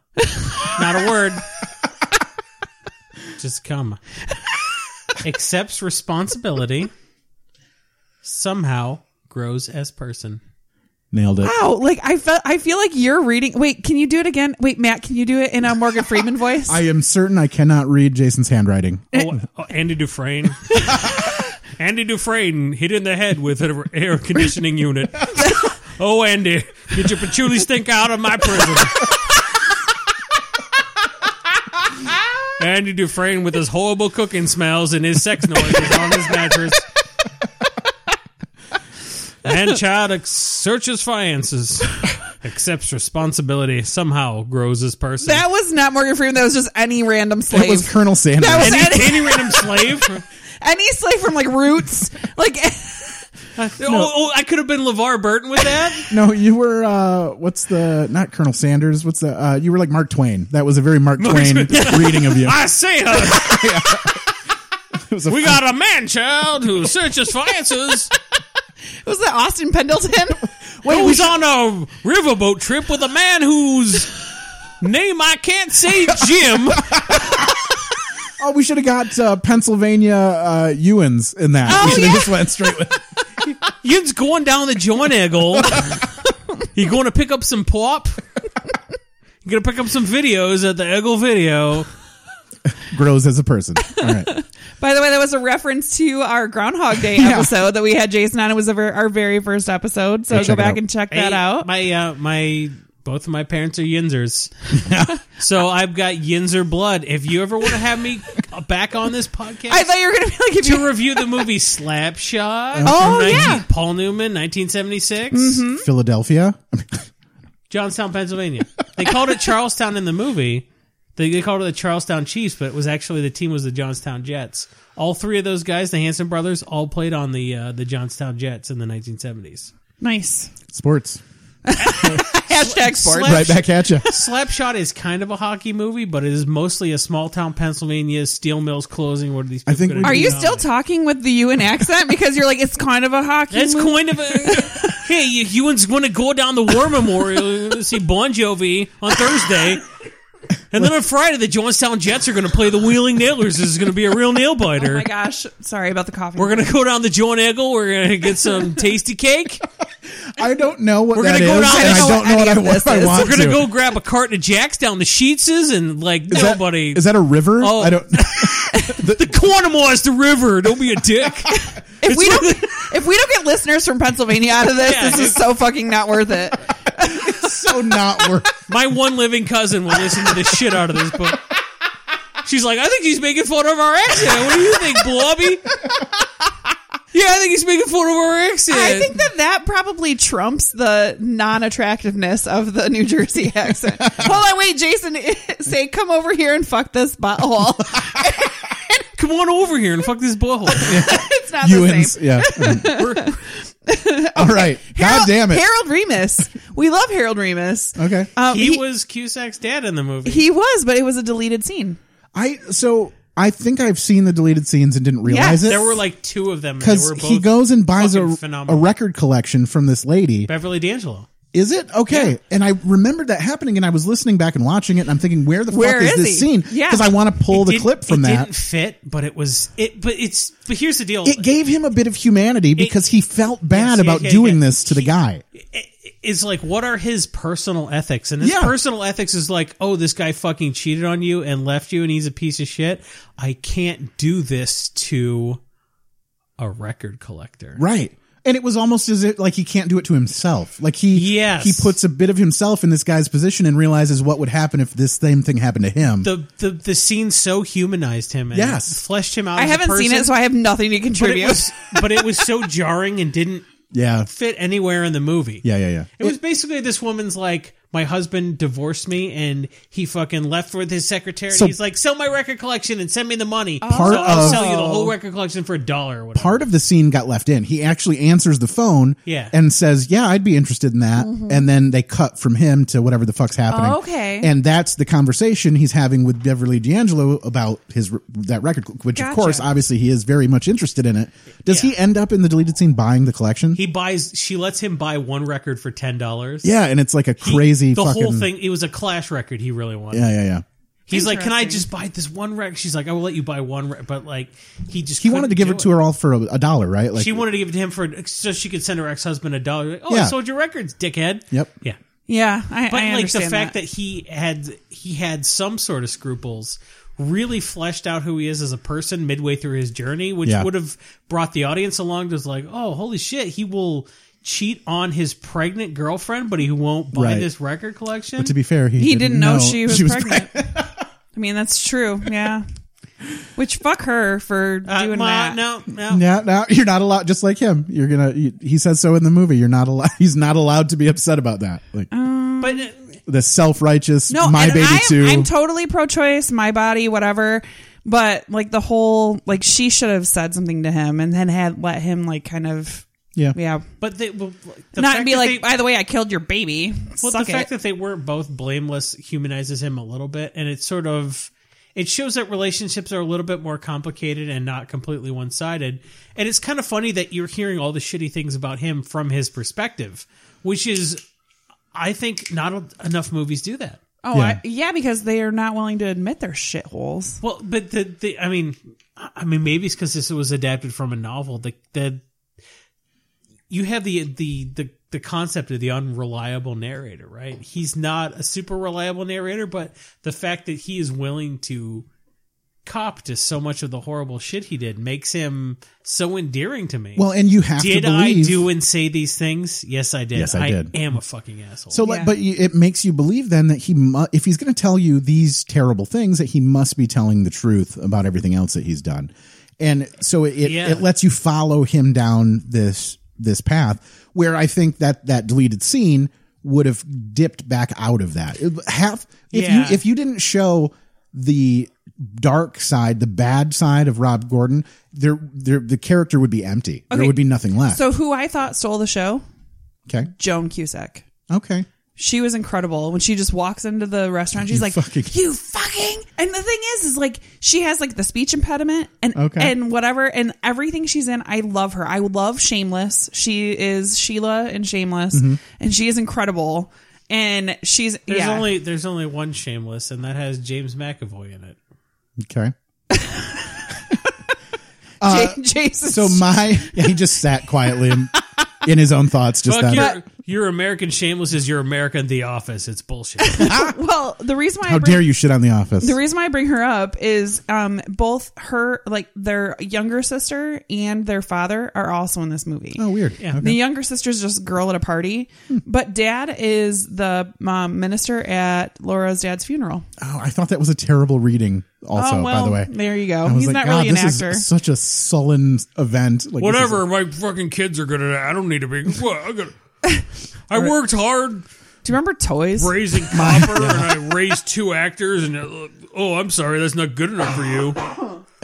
C: Not a word. Just comma. Accepts responsibility. Somehow grows as person.
A: Nailed it.
B: Wow, like I felt I feel like you're reading Wait, can you do it again? Wait, Matt, can you do it in a Morgan Freeman voice?
A: I am certain I cannot read Jason's handwriting.
C: Oh, oh, Andy Dufresne. Andy Dufresne hit in the head with an air conditioning unit. oh, Andy, get your patchouli stink out of my prison. Andy Dufresne with his horrible cooking smells and his sex noises on his mattress. And child ex- searches for answers. accepts responsibility, somehow grows as person.
B: That was not Morgan Freeman. That was just any random slave.
A: That was Colonel Sanders.
B: That was
C: any,
B: any,
C: any random slave.
B: any slave from like Roots. Like
C: Oh, oh, I could have been LeVar Burton with that.
A: No, you were uh what's the not Colonel Sanders, what's the uh you were like Mark Twain. That was a very Mark Twain reading of you.
C: I say, uh, we got a man child who searches for answers.
B: was that Austin Pendleton?
C: Wait, who's on a riverboat trip with a man whose name I can't say, Jim.
A: Oh, we should have got uh, Pennsylvania uh Ewans in that.
C: Oh,
A: we should have
C: yeah.
A: just went straight with
C: Yin's going down the Joineggle. he going to pick up some pop. You gonna pick up some videos at the Eggle Video.
A: grows as a person. All right.
C: Mm-hmm.
B: By the way, that was a reference to our Groundhog Day
A: Yeah.
B: episode that we had Jason on. It was a ver- our very first episode, so
A: Yeah, check
B: go
A: it
B: back
A: out.
B: and check that
C: Hey,
B: out.
C: My uh, my both of my parents are Yinzers, so I've got Yinzer blood. If you ever want to have me back on this podcast,
B: I thought you were gonna be like, if
C: to review the movie Slapshot.
B: Oh,
C: from
B: yeah.
C: Paul Newman, 1976,
A: Mm-hmm. Philadelphia.
C: Johnstown, Pennsylvania. They called it Charlestown in the movie. They, they called it the Charlestown Chiefs, but it was actually the team was the Johnstown Jets. All three of those guys, the Hanson brothers, all played on the uh, the Johnstown Jets in the 1970s.
B: nice
A: Sports.
B: hashtag sports.
A: Right back at you.
C: Slapshot is kind of a hockey movie, but it is mostly a small town Pennsylvania steel mills closing. What are these? People I
A: think
C: Gonna
B: Are
C: do
B: you
C: now?
B: still talking with the UN accent because you're like it's kind of a hockey?
C: That's
B: movie.
C: kind of a. hey, you, you ones want to go down the war memorial and see Bon Jovi on Thursday. And then on Friday, the Johnstown Jets are going to play the Wheeling Nailers. This is going to be a real nail
B: Oh
C: biter.
B: my gosh! Sorry about the coffee.
C: We're going to go down the John Eggle. We're going to get some tasty cake.
A: I don't know what
C: We're
A: that
C: gonna
A: is,
C: go
A: and
C: down-
A: I don't know what I,
B: any of
A: what
B: this
A: I
B: is.
A: want
C: We're going to
A: to.
C: go grab a carton of Jacks down the Sheetses and, like,
A: is that,
C: nobody.
A: is that a river?
C: Oh.
A: I don't.
C: the Quantumized the river. Don't be a dick.
B: if we don't if we don't get listeners from Pennsylvania out of this,
C: Yeah.
B: this is so fucking not worth it.
A: so not worth.
C: My one living cousin will listen to the shit out of this book. She's like, I think he's making fun of our accent. What do you think, Blobby? Yeah, I think he's making fun of our accent.
B: I think that that probably trumps the non-attractiveness of the New Jersey accent. Hold on, wait, Jason, say come over here and fuck this butthole.
C: Come on over here and fuck this butthole.
B: it's not the
A: Ewans.
B: same.
A: Yeah.
C: We're-
A: All right. God
B: Harold-
A: damn it.
B: Harold Remus. We love Harold Remus.
A: okay.
B: Um,
C: Uh, he,
B: he,
C: was Cusack's dad in the movie.
B: he was, but it was a deleted scene.
A: I so I think I've seen the deleted scenes and didn't realize it.
B: Yes.
C: there were like two of them. and they
A: because
C: were both
A: he goes and buys a,
C: fucking
A: a
C: phenomenal.
A: record collection from this lady.
C: Beverly D'Angelo.
A: Is it okay? And I remembered that happening, and I was listening back and watching it, and I'm thinking, where the
B: Where
A: fuck is,
B: is
A: this
B: he?
A: scene?
B: Yeah.
A: because I want to pull the
C: Didn't-
A: clip from
C: it
A: that.
C: Didn't fit, but it was it. But it's but here's the deal.
A: It gave him a bit of humanity because he felt bad
C: Yes, yeah,
A: about
C: yeah,
A: doing
C: yeah.
A: this to the guy.
C: is like what are his personal ethics and his
A: Yeah.
C: personal ethics is like oh this guy fucking cheated on you and left you and he's a piece of shit i can't do this to a record collector
A: Right. And it was almost as if like he can't do it to himself. Like he
C: Yes.
A: he puts a bit of himself in this guy's position and realizes what would happen if this same thing happened to him.
C: the the the scene so humanized him and
A: Yes.
C: fleshed him out
B: I
C: as a
B: haven't seen
C: person,
B: it, so I have nothing to
C: but it
B: contribute.
C: was but it was so jarring and didn't
A: yeah.
C: fit anywhere in the movie
A: Yeah, yeah, yeah.
C: It was basically this woman's like, my husband divorced me and he fucking left with his secretary.
A: So-
C: He's like, sell my record collection and send me the money.
A: Part
C: so I'll
A: of-
C: sell you the whole record collection for a dollar or whatever.
A: part of the scene got left in. He actually answers the phone
C: Yeah.
A: and says, Yeah, I'd be interested in that. And then they cut from him to whatever the fuck's happening.
B: Oh, Mm-hmm. okay.
A: And that's the conversation he's having with Beverly D'Angelo about his that record, which of
B: Gotcha.
A: course, obviously, he is very much interested in it. Does he end up in the deleted scene buying the collection?
C: he buys, she lets him buy one record for $10.
A: yeah, and it's like a
C: He-
A: crazy
C: the
A: fucking.
C: whole thing, it was a Clash record he really wanted.
A: Yeah, yeah, yeah.
C: He's like, can I
B: Interesting.
C: just buy this one record? She's like, I will let you buy one, re-, but like, he just
A: He wanted to
C: couldn't
A: give
C: do
A: it to her all for a, a dollar, right? Like,
C: she wanted to give it to him for so she could send her ex husband a dollar. Like, oh, I
A: Yeah.
C: sold your records, dickhead.
A: Yep.
C: Yeah.
B: yeah, I,
C: but
B: I
C: like the
B: understand
C: fact that. he had he had some sort of scruples really fleshed out who he is as a person midway through his journey which
A: Yeah.
C: would have brought the audience along to like oh holy shit he will cheat on his pregnant girlfriend but he won't buy
A: Right.
C: this record collection
A: But to be fair, he,
B: he didn't know, she was,
A: pregnant.
B: pregnant. I mean, that's true. Yeah. Which fuck her for
C: Uh,
B: doing
C: ma-
B: that.
C: no no
A: Yeah, now you're not allowed. Just like him, you're gonna. you- He says so in the movie. You're not allowed. He's not allowed to be upset about that. Like,
B: but
A: the self righteous,
B: Uh, no,
A: my
B: and
A: baby
B: I'm,
A: too.
B: I'm totally pro-choice, my body, whatever. But like the whole, like she should have said something to him and then had let him like kind of,
A: yeah,
B: yeah.
C: But they well, the
B: Not
C: fact
B: be
C: that
B: like,
C: they-
B: by the way, I killed your baby.
C: Well,
B: Suck
C: the
B: it.
C: fact that they weren't both blameless humanizes him a little bit, and it's sort of it shows that relationships are a little bit more complicated and not completely one sided. And it's kind of funny that you're hearing all the shitty things about him from his perspective, which is, I think, not a- enough movies do that.
B: oh, yeah. I, yeah, because they are not willing to admit their shitholes.
C: Well, but the, the I mean, I mean, maybe it's because this was adapted from a novel. The the you have the the the the concept of the unreliable narrator, right? He's not a super reliable narrator, but the fact that he is willing to cop to so much of the horrible shit he did makes him so endearing to me.
A: Well, and you have to
C: did I
A: believe-
C: do and say these things? Yes, I did.
A: Yes, I did.
C: am a fucking asshole.
A: So, like, but you, it makes you believe then that he, mu- if he's going to tell you these terrible things, that he must be telling the truth about everything else that he's done, and so it it,
C: Yeah.
A: it lets you follow him down this this path where I think that that deleted scene would have dipped back out of that. It- Half if
C: Yeah.
A: you if you didn't show the dark side, the bad side of Rob Gordon, there there the character would be empty. There
B: Okay.
A: would be nothing left.
B: So who I thought stole the show?
A: okay.
B: Joan Cusack.
A: Okay.
B: She was incredible when she just walks into the restaurant. She's
A: You
B: like,
A: fucking-
B: "You fucking!" And the thing is, is like she has like the speech impediment and
A: Okay.
B: and whatever and everything she's in. I love her. I love Shameless. She is Sheila in Shameless,
A: Mm-hmm.
C: Mhm.
B: and she is incredible. And she's
C: there's
B: yeah.
C: only there's only one Shameless, and that has James McAvoy in it.
A: Okay. Uh,
B: Jason.
A: So my yeah, he just sat quietly in, in his own thoughts. Just
C: Fuck
A: that.
C: your, your American Shameless is your American The Office. It's bullshit.
B: well, the reason why I
A: How
B: bring-
A: dare you shit on the office?
B: The reason why I bring her up is um, both her, like their younger sister and their father are also in this movie.
A: Oh, weird. Yeah.
B: The younger sister's just a girl at a party,
C: Hmm.
B: but dad is the um, minister at Laura's dad's funeral.
A: oh, I thought that was a terrible reading. Also,
B: Oh, well,
A: by the way,
B: there you go.
A: I was
B: He's not
A: "God,
B: really an
A: this is
B: actor."
A: such a sullen event. Like, this is-
C: Whatever, my fucking kids are gonna. I don't need to be. What I got I worked hard
B: Do you remember Toys?
C: raising Copper, and I raised two actors. And uh, oh, I'm sorry, that's not good enough for you,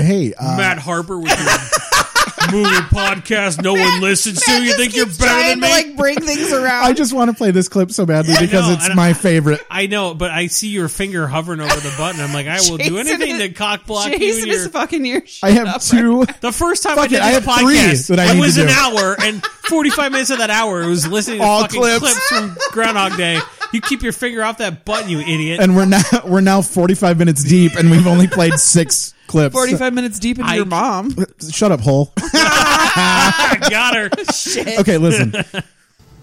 A: Hey, uh,
C: Matt Harper with your movie podcast. No one listens to. You think you're better than me?
B: bring things
A: I just want to play this clip so badly
C: I
A: because
C: know,
A: it's
C: and
A: my favorite.
C: I know, but I see your finger hovering over the button. I'm like, I will do
B: Jason
C: anything
B: is-
C: to cock block you.
B: Jason
C: and your-
B: is fucking your
A: I have two.
C: The first time
A: Fuck
C: I did
A: it, I
C: this
A: have three
C: podcast,
A: that I
C: it
A: need to
C: was an
A: do.
C: hour and 45 minutes of that hour I was listening to
A: All
C: fucking
A: clips.
C: clips. from Groundhog Day. You keep your finger off that button, you idiot.
A: And we're now we're now forty five minutes deep, and we've only played six clips.
B: forty-five minutes deep into
C: I-
B: your mom.
A: Shut up, hole.
C: I got her.
B: Shit.
A: Okay, listen.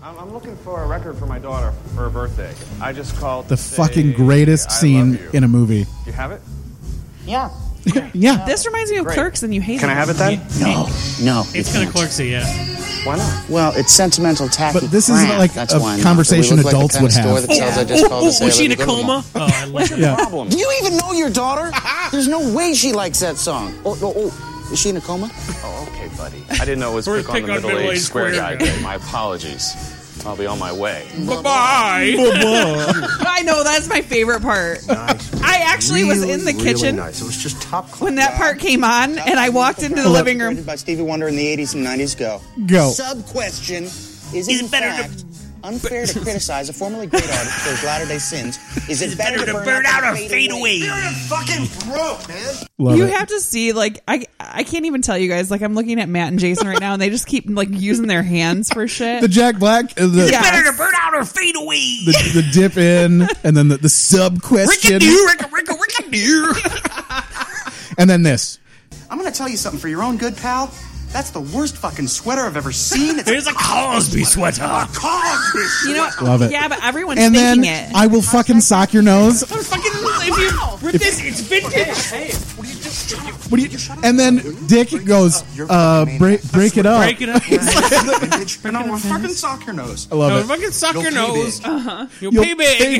N: I'm, I'm looking for a record for my daughter for her birthday. I just called.
A: The
N: to say
A: fucking greatest
N: I
A: scene
N: love you.
A: in a movie.
N: You have it?
B: Yeah.
A: Yeah.
B: This reminds me of
N: Great.
B: Clerks, and you hate
N: Can
B: it.
N: I have it then?
G: No, no.
C: It's kind of Clerksy, yeah.
G: Why not? Well, it's sentimental tacky.
A: But this isn't
G: crap,
A: like
G: that's
A: a
G: one.
A: conversation
G: We look like the
A: adults
G: kind of
A: would
G: store
A: have.
G: that sells, I just called to say I
C: was Oh, she in a
G: live in Livermore.
C: coma? Oh, I love it.
A: Yeah.
G: problem? Do you even know your daughter? There's no way she likes that song. Oh, oh, oh. Is she in a coma?
N: Oh, okay, buddy. I didn't know it was
G: Or
N: pick on
G: pick
N: the
G: on
N: middle-aged
G: middle-aged
N: square guy
G: square.
N: day. My apologies. I'll be on my way.
A: Bye-bye.
B: I know that's my favorite part. I actually was in the kitchen
I: It was just top
B: when that part came on, and I walked into the living room.
G: About Stevie Wonder in the 80s and 90s, go.
A: Go.
G: Sub question is it in fact unfair to criticize a formerly great artist for his latter day sins? Is it better, to burn, out, or fade away?
E: fucking broke, man.
A: Love
B: you
A: it.
B: have to see, like, I I can't even tell you guys. Like, I'm looking at Matt and Jason right now, and they just keep like using their hands for shit.
A: The Jack Black, uh, the,
B: Yeah.
C: Better to burn out or fade away.
A: the, the dip in, and then the, the sub question, and then this.
D: I'm gonna tell you something for your own good, pal. That's the worst fucking sweater I've ever seen. It's
C: Here's a Cosby sweater.
D: A Cosby sweater.
B: you know,
A: Love it.
B: Yeah, but everyone's
A: and
B: thinking
A: then
B: it.
A: I will fucking sock your nose.
B: fucking
A: If- this,
C: it's vintage.
A: What do you? And then Dick goes, uh, break, break it up.
C: Break it up.
D: You know, we'll fucking sock your nose.
A: I love
C: No,
A: it.
C: fucking suck
D: You'll
C: your
D: pee
C: nose.
D: big.
B: Uh-huh.
C: You'll,
A: You'll
C: pee big.
A: pay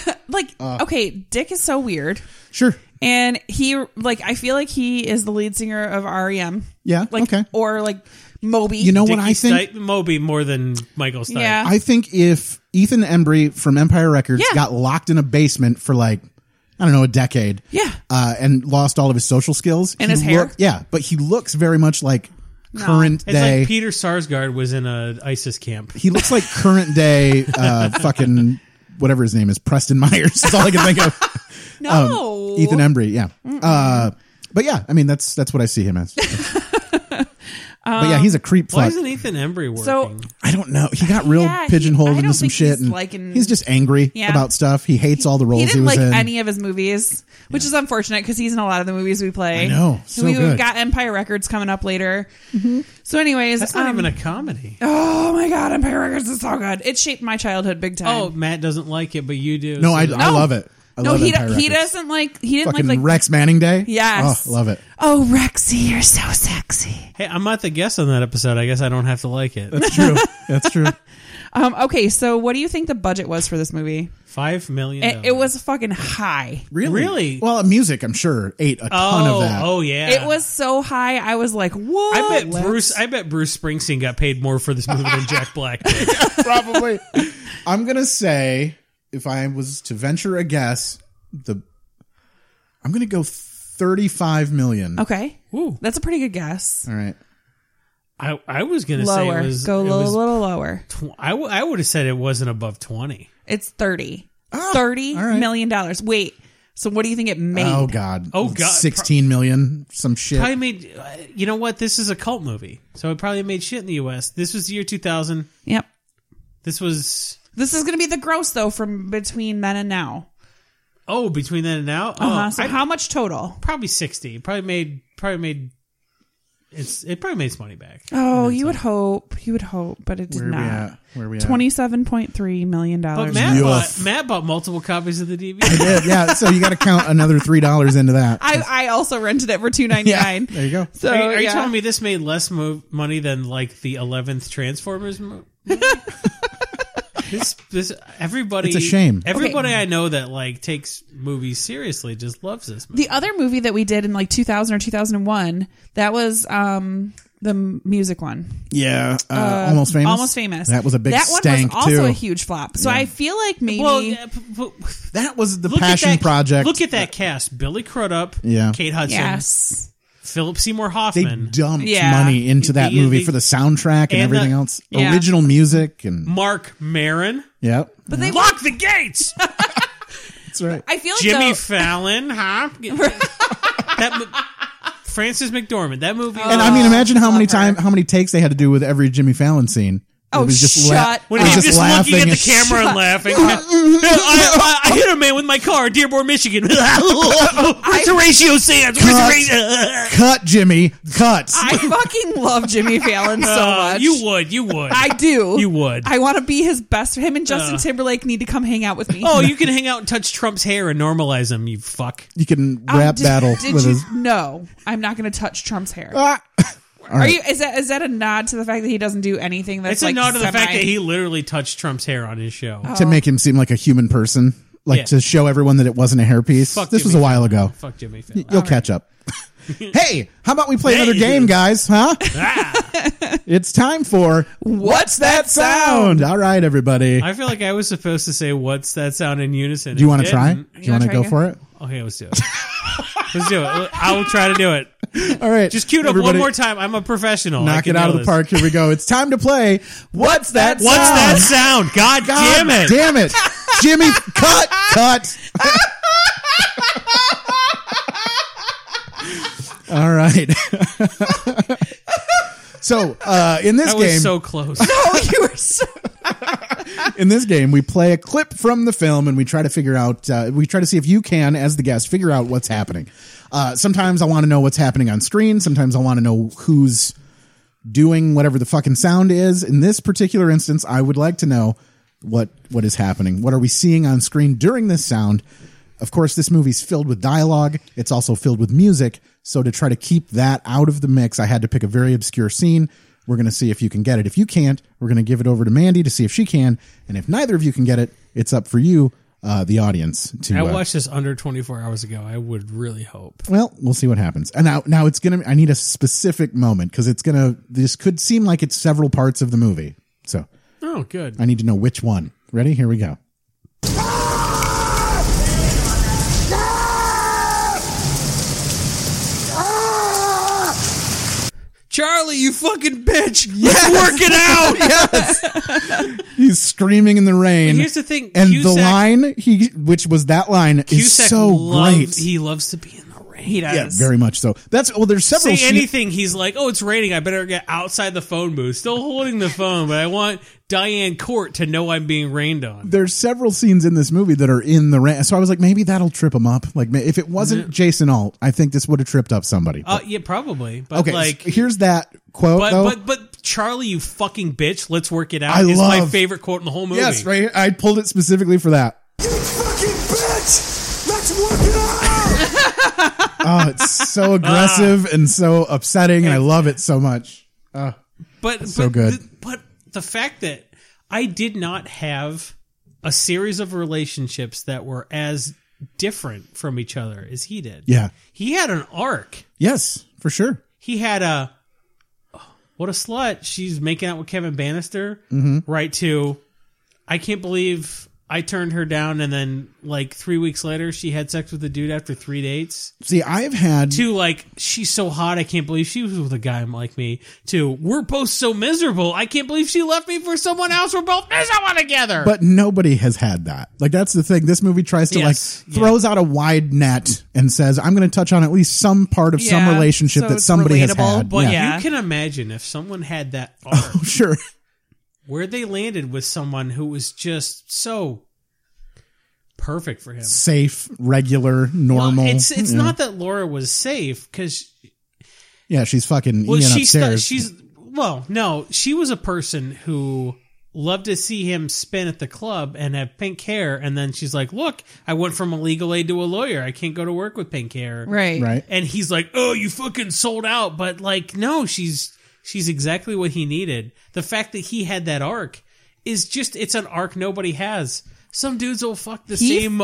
A: big.
B: Like,
A: Uh.
B: okay, Dick is so weird,
A: Sure.
B: and he like I feel like he is the lead singer of REM.
A: Yeah.
B: Like,
A: okay.
B: or like Moby.
A: You know what I
C: Dickie
A: think?
C: Stipe- Moby more than Michael Stipe.
A: I think if Ethan Embry from Empire Records
B: Yeah.
A: got locked in a basement for like I don't know a decade,
B: Yeah.
A: uh, and lost all of his social skills
B: And
A: he
B: his hair.
A: look- yeah, but he looks very much like
B: No.
A: current
C: it's
A: day.
C: like Peter Sarsgaard was in a ISIS camp.
A: he looks like current day uh, fucking whatever his name is, Preston Myers. That's all I can think of.
B: No.
A: Um, Ethan Embry. Yeah,
B: Mm-mm.
A: uh, but yeah, I mean that's that's what I see him as. but yeah,
B: Um,
A: he's a creep.
C: Why
A: fuck.
C: isn't Ethan Embry working?
B: So
A: I don't know. He got real
B: Yeah, he-
A: pigeonholed
B: I
A: into
B: don't
A: some
B: think
A: shit,
B: he's
A: and
B: liking-
A: he's just angry
B: Yeah.
A: about stuff. He hates all the roles
B: he
A: he,
B: didn't
A: was
B: like
A: in.
B: any of his movies, which is unfortunate because he's in a lot of the movies we play.
A: I know.
B: So
A: So
B: we've
A: good.
B: got Empire Records coming up later. So, anyways,
C: That's not
B: um,
C: even a comedy.
B: Oh my god, Empire Records is so good. It shaped my childhood big time.
C: Oh, Matt doesn't like it, but you do.
A: no, I,
C: So-
A: I love it. I
B: no,
A: love
B: he
A: Empire
B: do- he
A: Records.
B: doesn't like he didn't
A: Fucking
B: like like
A: Rex Manning Day.
B: Yes.
A: oh, love it.
B: Oh, Rexy, you're so sexy.
C: Hey, I'm not the guest on that episode. I guess I don't have to like it.
A: That's true. That's true.
B: Um, okay, so what do you think the budget was for this movie?
C: Five million.
B: It, it was fucking high.
A: Really? Well, music, I'm sure, ate a ton
C: Oh,
A: of that.
C: oh, yeah.
B: It was so high. I was like, whoa.
C: I bet Bruce. I bet Bruce Springsteen got paid more for this movie than Jack Black. Did.
A: Probably. I'm gonna say, if I was to venture a guess, the I'm gonna go 35 million.
B: Okay. That's a pretty good guess.
A: All right.
C: I I was gonna
B: Lower.
C: say it was
B: Go
C: it
B: a
C: was
B: little lower.
C: tw- I, w- I would have said it wasn't above twenty.
B: It's 30. Thirty million dollars. Wait. So what do you think it made?
A: Oh god.
C: Oh, God.
A: 16 million. Some shit.
C: Probably made. uh, You know what? This is a cult movie, so it probably made shit in the U.S. This was the year two thousand.
B: Yep.
C: This was
B: This is going to be the gross though from between then and now.
C: oh between then and now. Oh,
B: Uh-huh. So
C: I-
B: how much total?
C: probably sixty. Probably made. Probably made. It's it probably made its money back.
B: Oh, you would hope. You would hope, but it did
C: Where we
B: not.
C: at? Where we at?
B: Twenty-seven point three million
C: But
B: dollars.
C: Matt
A: Yuff.
C: bought, Matt bought multiple copies of the DVD.
A: Yeah, yeah, so you got to count another three dollars into that.
B: I, I also rented it for two ninety nine.
A: there you go.
B: So
C: are, you- are you
B: yeah.
C: telling me this made less move, money than like the eleventh Transformers movie? this, this, everybody.
A: It's a shame.
C: Everybody
B: Okay.
C: I know that like takes movies seriously just loves this. Movie.
B: the other movie that we did in like two thousand or two thousand and one? That was um the music one.
A: Yeah, uh,
B: Uh,
A: almost famous.
B: Almost famous.
A: That was a big
B: That one
A: stank
B: was also
A: too.
B: a huge flop. So
A: Yeah.
B: I feel like maybe
C: Well, yeah, p- p-
A: that was the
C: look at
A: passion
C: that-
A: project.
C: Look at that cast: Billy Crudup,
A: Yeah.
C: Kate Hudson,
B: Yes.
C: Philip Seymour
A: they
C: Hoffman.
A: dumped
C: Yeah.
A: money into that
C: The-
A: movie
C: the-
A: for the soundtrack and,
C: and
A: everything
C: the-
A: else.
C: yeah.
A: Original music and
C: Mark Maron.
A: yep,
B: But they
C: lock the gates.
A: that's right.
B: I feel like
C: Jimmy
B: though-
C: Fallon, huh? that mo- Francis McDormand. That movie.
A: and I mean, imagine how many time, how many takes they had to do with every Jimmy Fallon scene.
B: Oh, shut
C: When
A: it was
C: he's just, looking at
A: laughing
C: the
A: and-
C: camera and laughing. I, I- I hit a man with my car, Dearborn, Michigan. What's the ratio, Sands? What's
A: Cut.
C: the ratio?
A: Cut, Jimmy, cut.
B: I fucking love Jimmy Fallon so
C: Uh,
B: much.
C: You would, you would.
B: I do.
C: You would.
B: I want to be his best. Him and Justin
C: Uh.
B: Timberlake need to come hang out with me.
C: oh, you can hang out and touch Trump's hair and normalize him, you fuck.
A: you can
B: Um,
A: rap
B: did-
A: battle
B: Did
A: with
B: you?
A: his.
B: No, I'm not going to touch Trump's hair.
A: Ah. All
B: Are
A: right.
B: you? Is that is that a nod to the fact that he doesn't do anything? That's
C: It's
B: like
C: a nod to the
B: semi-
C: fact that he literally touched Trump's hair on his show.
A: to make him seem like a human person, like
C: Yeah.
A: to show everyone that it wasn't a hairpiece.
C: Fuck
A: this was
C: Jimmy
A: a while
C: Fallon.
A: ago.
C: Fuck Jimmy
A: Y-
C: Fallon.
A: You'll catch up. hey, how about we play
C: Hey.
A: another game, guys? Huh?
C: Ah!
A: it's time for
B: What's That
A: sound? All right, everybody.
C: I feel like I was supposed to say "What's that sound?" in unison.
A: Do you
C: want to
A: try? Do you want to go for it?
C: Okay, let's do it. let's do it. I will try to do it.
A: All right,
C: Just cue it up one
A: everybody,
C: more time. I'm a professional. I
A: Knock
C: can
A: it out of the
C: do this.
A: park. Here we go. It's time to play. What's that?
C: What's
A: sound?
C: that sound? God, damn it!
A: Damn it, Jimmy! cut! Cut! All right. so uh, in this
C: that
A: game,
C: was so close.
B: No, you were so.
A: in this game, we play a clip from the film and we try to figure out, uh, we try to see if you can, as the guest, figure out what's happening. Uh, sometimes I want to know what's happening on screen. Sometimes I want to know who's doing whatever the fucking sound is. In this particular instance, I would like to know what what is happening. What are we seeing on screen during this sound? Of course, this movie's filled with dialogue. It's also filled with music. So to try to keep that out of the mix, I had to pick a very obscure scene. We're going to see if you can get it. If you can't, we're going to give it over to Mandy to see if she can. And if neither of you can get it, it's up for you. uh, the audience to.
C: I
A: uh,
C: watched this under 24 hours ago. I would really hope.
A: Well, we'll see what happens. And now, now it's gonna. I need a specific moment because it's gonna. This could seem like it's several parts of the movie. So
C: Oh, good.
A: I need to know which one. Ready? Here we go.
C: Charlie, you fucking bitch. Let's work it out.
A: He's screaming in the rain.
C: But here's the thing,
A: and the
C: Cusack-
A: line he, which was that line, is
C: Cusack
A: so
C: loves,
A: great.
C: He loves to be in the rain. He
A: Yeah, very much so. That's well. There's several.
C: Say
A: sce-
C: anything. He's like, "Oh, it's raining. I better get outside the phone booth." Still holding the phone, but I want Diane Court to know I'm being rained on.
A: there's several scenes in this movie that are in the rain. So I was like, maybe that'll trip him up. Like ma- if it wasn't Jason Alt, I think this would have tripped up somebody.
C: Uh, yeah, probably. But
A: okay,
C: like,
A: so here's that quote
C: but,
A: though.
C: but but Charlie, you fucking bitch. Let's work it out.
A: I
C: is my
A: love-
C: favorite quote in the whole movie.
A: yes, right. Here. I pulled it specifically for that.
E: Bitch! Let's work it out!
A: Oh, it's so
C: Ah.
A: aggressive and so upsetting, and I love it so much. Uh,
C: But
A: so
C: but
A: good.
C: The, but the fact that I did not have a series of relationships that were as different from each other as he did.
A: Yeah.
C: he had an arc.
A: yes, for sure.
C: He had a what a slut. She's making out with Kevin Bannister.
A: Mhm.
C: Right to I can't believe I turned her down, and then like three weeks later, she had sex with a dude after three dates.
A: See, I've had
C: to like she's so hot i can't believe she was with a guy like me to we're both so miserable i can't believe she left me for someone else we're both miserable together
A: But nobody has had that. Like that's the thing. This movie tries to
C: Yes,
A: like throws out a wide net and says, "I'm going to touch on at least some part of some
C: Yeah,
A: relationship
C: so
A: that
C: it's
A: somebody has
C: relatable,
A: had."
C: but
A: yeah.
C: you can imagine if someone had that arc
A: Oh, sure.
C: where they landed with someone who was just so perfect for him
A: Safe, regular, normal.
C: it's it's
A: you know?
C: not that laura was safe because
A: Yeah, she's fucking
C: well
A: Ian
C: she stu-
A: upstairs.
C: she's well no she was a person who loved to see him spin at the club and have pink hair and then she's like look i went from a legal aid to a lawyer i can't go to work with pink hair
B: Right. Right.
C: and he's like oh you fucking sold out but like no she's she's exactly what he needed the fact that he had that arc is just it's an arc nobody has some dudes will fuck the
B: He-
C: same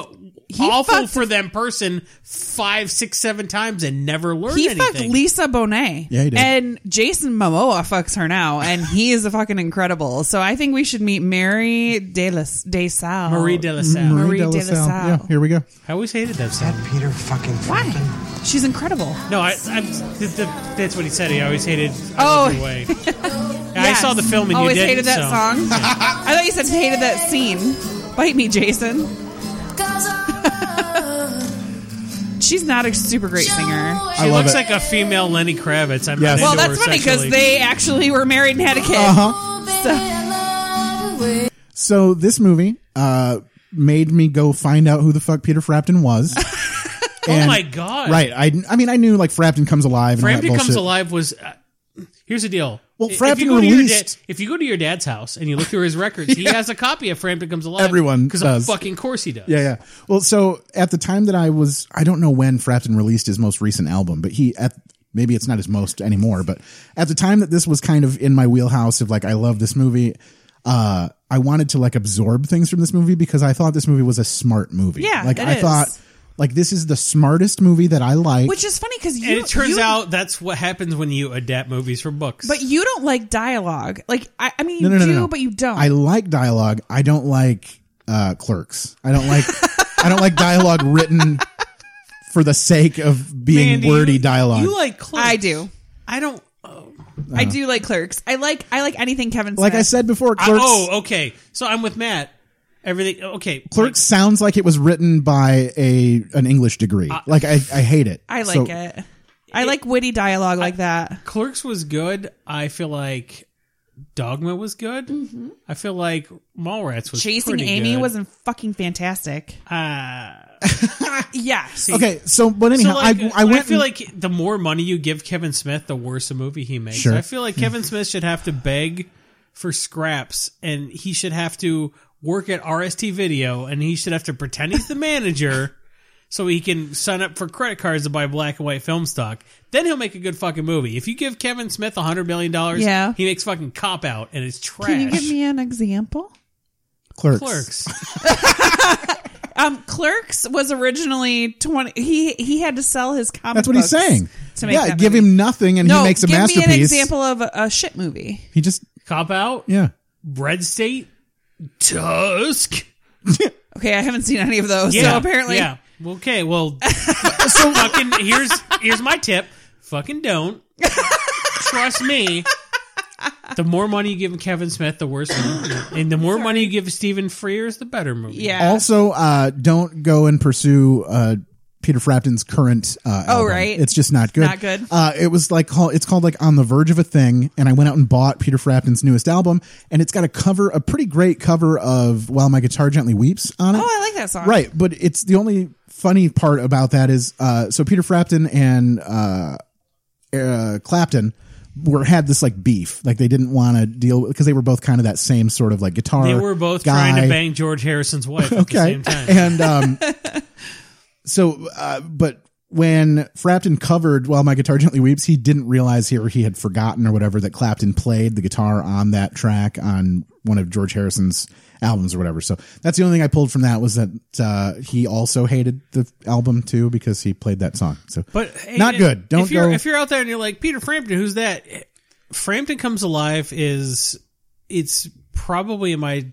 B: he
C: awful
B: fucked-
C: for them person five six seven times and never learn
B: He
C: anything
B: fucked Lisa Bonet.
C: Yeah, he did.
B: And Jason Momoa fucks her now, and he is a fucking incredible. So I think we should meet Mary de la de Salle.
C: Marie de la Salle.
B: Marie de la Salle.
A: Yeah, here we go.
C: I always hated that song. That
I: Peter fucking.
B: Why? She's incredible.
C: No, I, I th- th- that's what he said. He always hated.
B: Oh.
C: I Love Your Way. I saw the film and
B: Always
C: you did.
B: hated that
C: so.
B: song. I thought you said hated that scene. Bite me, Jason. She's not a super great singer.
C: She looks like a female Lenny Kravitz. I'm
A: Yes.
C: not
B: well,
C: into
B: that's
C: her
B: funny because
C: sexually.
B: they actually were married and had a kid.
A: Uh-huh.
B: So-
A: So this movie uh, made me go find out who the fuck Peter Frampton was.
C: oh my god!
A: Right. I, I mean, I knew like Frampton comes alive. And all that
C: Frampton Comes
A: bullshit.
C: Alive was. Uh, here's the deal.
A: Well,
C: If you
A: Frampton
C: go to your
A: released-
C: dad- if you go to your dad's house and you look through his records, he has a copy of Frampton Comes Alive.
A: Everyone
C: because
A: does.
C: fucking course he does.
A: Yeah, yeah. Well, so at the time that I was, I don't know when Frampton released his most recent album, but he at maybe it's not his most anymore, but at the time that this was kind of in my wheelhouse of like I love this movie, uh, I wanted to like absorb things from this movie because I thought this movie was a smart movie.
B: Yeah,
A: like
B: it
A: I
B: is.
A: thought like this is the smartest movie that I like.
B: which is funny because you
C: and it turns
B: you-
C: out that's what happens when you adapt movies from books.
B: but you don't like dialogue. Like I, I mean,
A: no,
B: you
A: no, no,
B: do,
A: no, no.
B: but you don't.
A: I like dialogue. I don't like uh, clerks. I don't like. I don't like dialogue written for the sake of being
B: Mandy,
A: wordy dialogue. Uh-huh.
B: you
C: like clerks.
B: I do.
C: I don't.
B: I do like clerks. I like I like anything Kevin.
A: Like I
B: Smith.
A: said before,
C: I-
A: Clerks.
C: oh, okay. So I'm with Matt. Everything okay?
A: Clerks sounds like it was written by a an English degree. like I, I hate it.
B: I like
A: So-
B: it. I like witty dialogue like that.
C: Clerks was good. I feel like Dogma was good.
A: Mm-hmm.
C: I feel like Mallrats was
B: Chasing
C: pretty
B: Amy
C: good.
B: was not fucking fantastic.
C: Uh,
B: yes.
A: Okay, so but anyhow,
C: like,
A: I I went.
C: feel
A: and-
C: like the more money you give Kevin Smith, the worse a movie he makes.
A: Sure.
C: I feel like Kevin Smith should have to beg for scraps, and he should have to work at RST Video, and he should have to pretend he's the manager. So he can sign up for credit cards to buy black and white film stock. Then he'll make a good fucking movie. If you give Kevin Smith a hundred million dollars,
B: Yeah.
C: he makes fucking cop out and it's trash.
B: Can you give me an example?
A: Clerks.
C: Clerks.
B: Um, Clerks was originally twenty. He he had to sell his comic.
A: That's what he's
B: books
A: saying.
B: To make
A: yeah,
B: that
A: give
B: movie.
A: him nothing and
B: no,
A: he makes a
B: give
A: masterpiece.
B: me an example of a, a shit movie.
A: He just
C: Cop out.
A: yeah.
C: Bread State. Tusk.
B: Okay, I haven't seen any of those. so apparently,
C: yeah. Okay, well, so fucking here's here's my tip. Fucking don't. Trust me. The more money you give Kevin Smith, the worse movie. And the more money you give Stephen Frears, the better movie.
A: Also, uh, don't go and pursue uh, Peter Frampton's current. Uh,
B: Oh,
A: album.
B: right.
A: it's just not good.
B: Not good.
A: Uh, it was like call, it's called like on the verge of a thing, and I went out and bought Peter Frampton's newest album, and it's got a cover, a pretty great cover of "While My Guitar Gently Weeps" on it.
B: Oh, I like that song.
A: Right, but it's the only funny part about that is uh, so Peter Frampton and uh, uh, Clapton were had this like beef, like they didn't want to deal because they were both kind of that same sort of like guitar.
C: They were both
A: guy.
C: trying to bang George Harrison's wife at the
A: okay,
C: same time.
A: and um, so uh, but when Frampton covered "While My Guitar Gently Weeps," he didn't realize here he had forgotten or whatever that Clapton played the guitar on that track on one of George Harrison's albums or whatever. So that's the only thing I pulled from that was that uh, he also hated the album too because he played that song. So
C: But hey,
A: not
C: if-
A: good. Don't
C: if you're,
A: go.
C: If you're out there and you're like Peter Frampton, who's that? Frampton comes alive is it's probably in my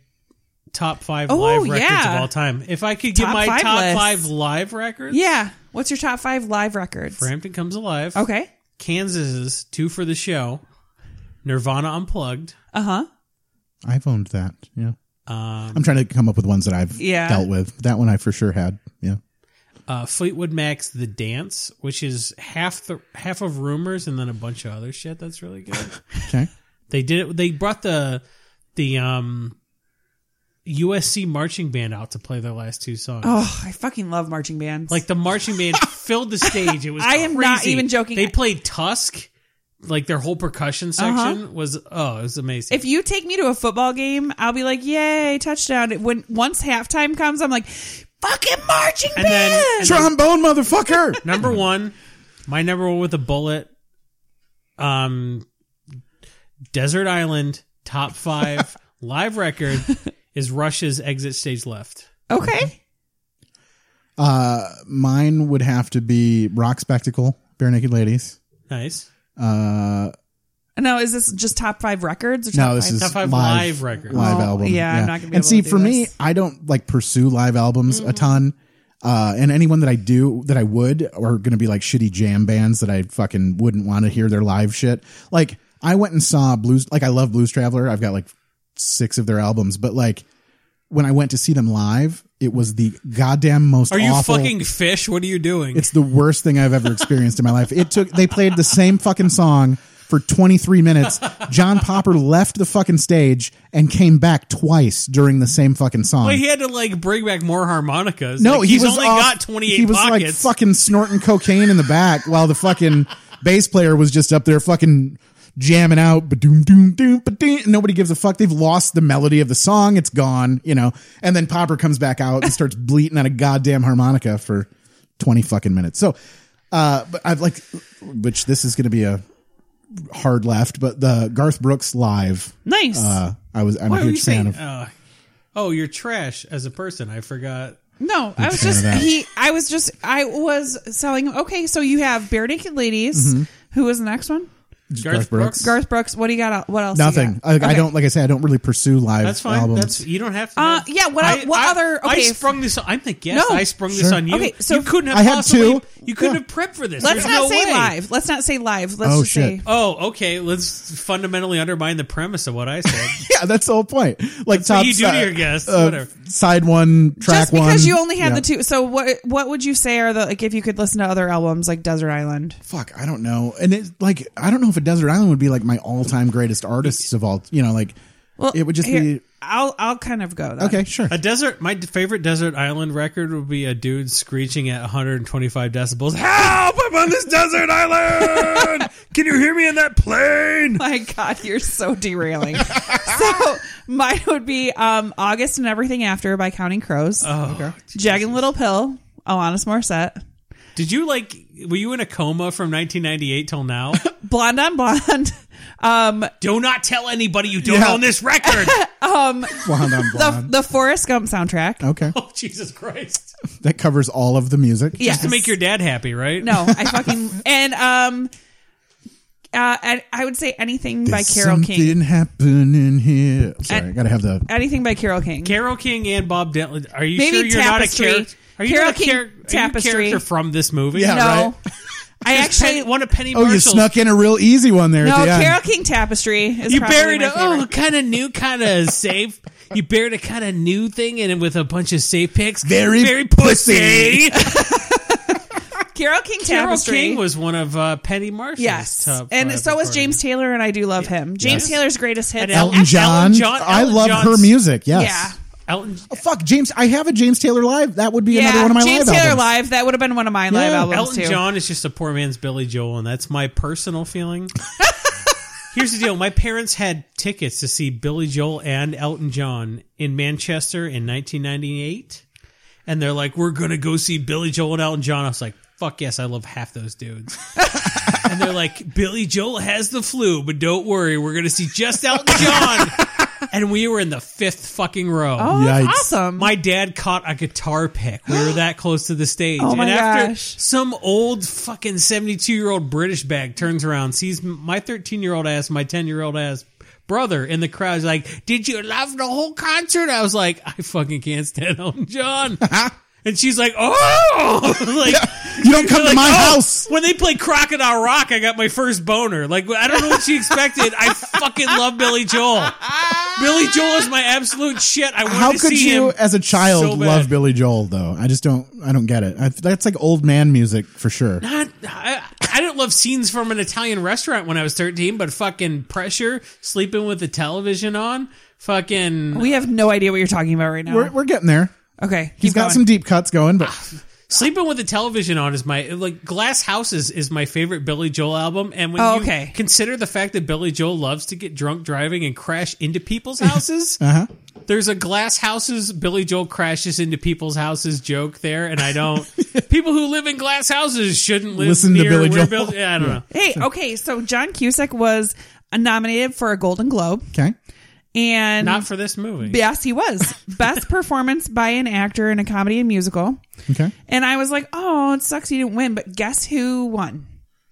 C: top five
B: Oh,
C: live records
B: yeah.
C: of all time. If I could get
B: Top
C: my
B: five
C: top
B: list.
C: five live records,
B: yeah. What's your top five live records?
C: Frampton comes alive.
B: Okay.
C: Kansas's two for the show. Nirvana unplugged.
B: Uh huh.
A: I've owned that. Yeah.
C: Um,
A: I'm trying to come up with ones that I've
C: Yeah.
A: dealt with. That one I for sure had. Yeah.
C: uh, Fleetwood Mac's "The Dance," which is half the half of Rumors, and then a bunch of other shit that's really good.
A: Okay.
C: They did it. They brought the the um USC marching band out to play their last two songs.
B: Oh, I fucking love marching bands.
C: Like the marching band filled the stage. It was.
B: I am not
C: crazy.
B: even joking.
C: They played Tusk. Like their whole percussion section was. Oh, it was amazing.
B: If you take me to a football game, I'll be like, "Yay, touchdown!" When once halftime comes, I'm like, "Fucking marching
C: And then-
B: band!"
C: and then-
A: Trombone motherfucker.
C: number one, my number one with a bullet. Um, Desert Island top five live record is Rush's Exit Stage Left.
B: Okay.
A: Uh, mine would have to be Rock Spectacle, Bare Naked Ladies.
C: Nice.
A: Uh,
B: No, is this just top five records? Or top
A: no, this
B: five?
A: is live, Live
B: Oh,
A: album.
B: Yeah, I'm not gonna
A: And
B: be able
A: see,
B: to do
A: for me,
B: this.
A: I don't like pursue live albums a ton. Uh, and anyone that I do that I would are going to be like shitty jam bands that I fucking wouldn't want to hear their live shit. Like I went and saw Blues. Like I love Blues Traveler. I've got like six of their albums, but like when I went to see them live, it was the goddamn most.
C: Are you
A: awful,
C: fucking fish? What are you doing?
A: It's the worst thing I've ever experienced in my life. It took they played the same fucking song for 23 minutes. John Popper left the fucking stage and came back twice during the same fucking song.
C: Well, he had to like bring back more harmonicas.
A: no,
C: Like,
A: he
C: he's
A: was
C: only
A: off-
C: got twenty
A: He
C: eight
A: was
C: pockets.
A: like fucking snorting cocaine in the back while the fucking bass player was just up there fucking jamming out ba-doom doom doom ba-doom. nobody gives a fuck they've lost the melody of the song it's gone you know and then popper comes back out and starts bleating on a goddamn harmonica for 20 fucking minutes so uh but i've like which this is gonna be a hard left but the garth brooks live
B: Nice.
A: uh i was i'm
C: Why
A: a
C: were you
A: huge fan
C: saying-
A: of
C: uh, oh, you're trash as a person. I forgot.
B: No, I was
A: fan of
B: just
A: that.
B: he. I was just I was selling. Okay, so you have bare naked ladies.
A: Mhm.
B: Who was the next one?
A: Garth Garth Brooks. Brooks.
B: Garth Brooks. What do you got? out- What else? you
A: nothing
B: got?
A: I, I
B: Okay.
A: don't like i say i don't really pursue live
C: That's fine.
A: albums
C: That's you don't have to.
B: Uh,
C: know.
B: yeah. What?
C: I-
B: what
C: I-
B: other?
C: I
B: Okay.
C: sprung this. I'm the guest.
B: No.
C: I sprung this
A: Sure.
C: on you.
B: Okay, so-
C: you couldn't have.
A: I had
C: possibly,
A: two.
C: You couldn't
A: Yeah.
C: have prepped for this.
B: let's
C: There's
B: not
C: no
B: say
C: way.
B: live. Let's not say live. Let's
A: Oh,
B: just
A: shit.
B: say.
C: Oh, okay. Let's fundamentally undermine the premise of what I said.
A: yeah, that's the whole point. Like
C: what
A: top
C: you do to
A: side,
C: your guests, whatever.
A: Side one, track
B: Just because
A: one.
B: you only have
A: Yeah.
B: the two, so what? What would you say are the like if you could listen to other albums like Desert Island?
A: Fuck, I don't know, and it's like I don't know if a Desert Island would be like my all-time greatest artists of all. You know, like
B: Well,
A: it would just
B: here,
A: be
B: I'll I'll kind of go. Then.
A: okay, sure.
C: A desert. My favorite desert island record would be a dude screeching at 125 decibels. Help! I'm on this desert island. Can you hear me in that plane?
B: My God, you're so derailing. so mine would be um, August and Everything After by Counting Crows.
C: Oh,
B: Jagged Little Pill, Alanis Morissette.
C: Did you like were you in a coma from 1998 till now?
B: blonde on blonde. Um,
C: Do not tell anybody you don't own this record.
B: um,
A: Blonde on
B: the,
A: blonde.
B: the Forrest Gump soundtrack.
A: Okay.
C: oh Jesus Christ!
A: That covers all of the music.
C: Just to make your dad happy, right?
B: No, I fucking and um, uh, and I would say anything by
A: There's
B: Carol
A: something
B: King.
A: happening here. I'm sorry,
B: And-
A: I gotta have the.
B: Anything by Carol King.
C: Carol King and Bob Dentley. Are you
B: Maybe
C: sure you're
B: Tapestry.
C: not a character? Are you
B: Carol
C: not a
B: King
C: char- are you a
B: Tapestry.
C: character from this movie?
A: Yeah, No. right.
B: I actually
C: one of Penny.
A: Oh, you snuck in a real easy one there.
B: no
A: at the end.
B: Carol King tapestry. Is
C: you
B: probably
C: buried
B: my
C: a oh kind of new kind of safe. You buried a kind of new thing in it with a bunch of safe picks.
A: Very
C: very pussy.
B: Carol King
C: Carol
B: tapestry.
C: King was one of uh, Penny Marshall's
B: yes,
C: top uh,
B: and
C: five
B: so was
C: recordings.
B: James Taylor, and I do love him. James
A: Yes.
B: Taylor's greatest hit.
A: Elton John. I love her music. Yes.
B: Yeah.
C: Elton.
A: Oh, fuck James. I have a James Taylor live. That would be another one of my
B: James
A: live
B: Taylor
A: albums.
B: live. That would have been one of my live
A: Yeah.
B: albums
C: Elton
B: too.
C: John is just a poor man's Billy Joel, and that's my personal feeling. Here's the deal: my parents had tickets to see Billy Joel and Elton John in Manchester in 1998, and they're like, "We're gonna go see Billy Joel and Elton John." I was like, "Fuck yes, I love half those dudes." and they're like, "Billy Joel has the flu, but don't worry, we're gonna see just Elton John." And we were in the fifth fucking row.
B: Oh, that's Yikes.
A: Um,
B: awesome.
C: My dad caught a guitar pick. We were that close to the stage.
B: Oh, my
C: and after
B: gosh.
C: some old fucking 72 year old British bag turns around, sees my 13 year old ass, my 10 year old ass brother in the crowd. He's like, Did you love the whole concert? I was like, I fucking can't stand Elton John. and she's like, Oh, like,
A: You don't come to
C: like,
A: my
C: "Oh,
A: house.
C: When they play Crocodile Rock, I got my first boner. Like, I don't know what she expected. I fucking love Billy Joel. Billy Joel is my absolute shit. I wanted
A: How
C: to
A: could
C: see
A: you,
C: him
A: as a child,
C: so bad.
A: love Billy Joel? Though I just don't. I don't get it. I, that's like old man music for sure.
C: Not, I, I didn't love scenes from an Italian restaurant when I was 13, but fucking pressure, sleeping with the television on, fucking
B: We have no idea what you're talking about right now.
A: We're, we're getting there.
B: okay,
A: He's
B: keep
A: got
B: going.
A: some deep cuts going, but
C: sleeping with the television on is my like Glass Houses is my favorite Billy Joel album. And when
B: Oh,
C: you
B: okay.
C: consider the fact that Billy Joel loves to get drunk driving and crash into people's houses,
A: uh huh.
C: there's a Glass Houses Billy Joel crashes into people's houses joke there, and I don't. people who live in glass houses shouldn't live
A: Listen to
C: near
A: Billy
C: where
A: Joel.
C: Bill- yeah, I don't know.
B: Hey, okay, so John Cusack was nominated for a Golden Globe,
A: Okay.
B: and
C: Not for this movie.
B: yes, he was best performance by an actor in a comedy and musical.
A: Okay.
B: And I was like, oh, it sucks he didn't win, but guess who won?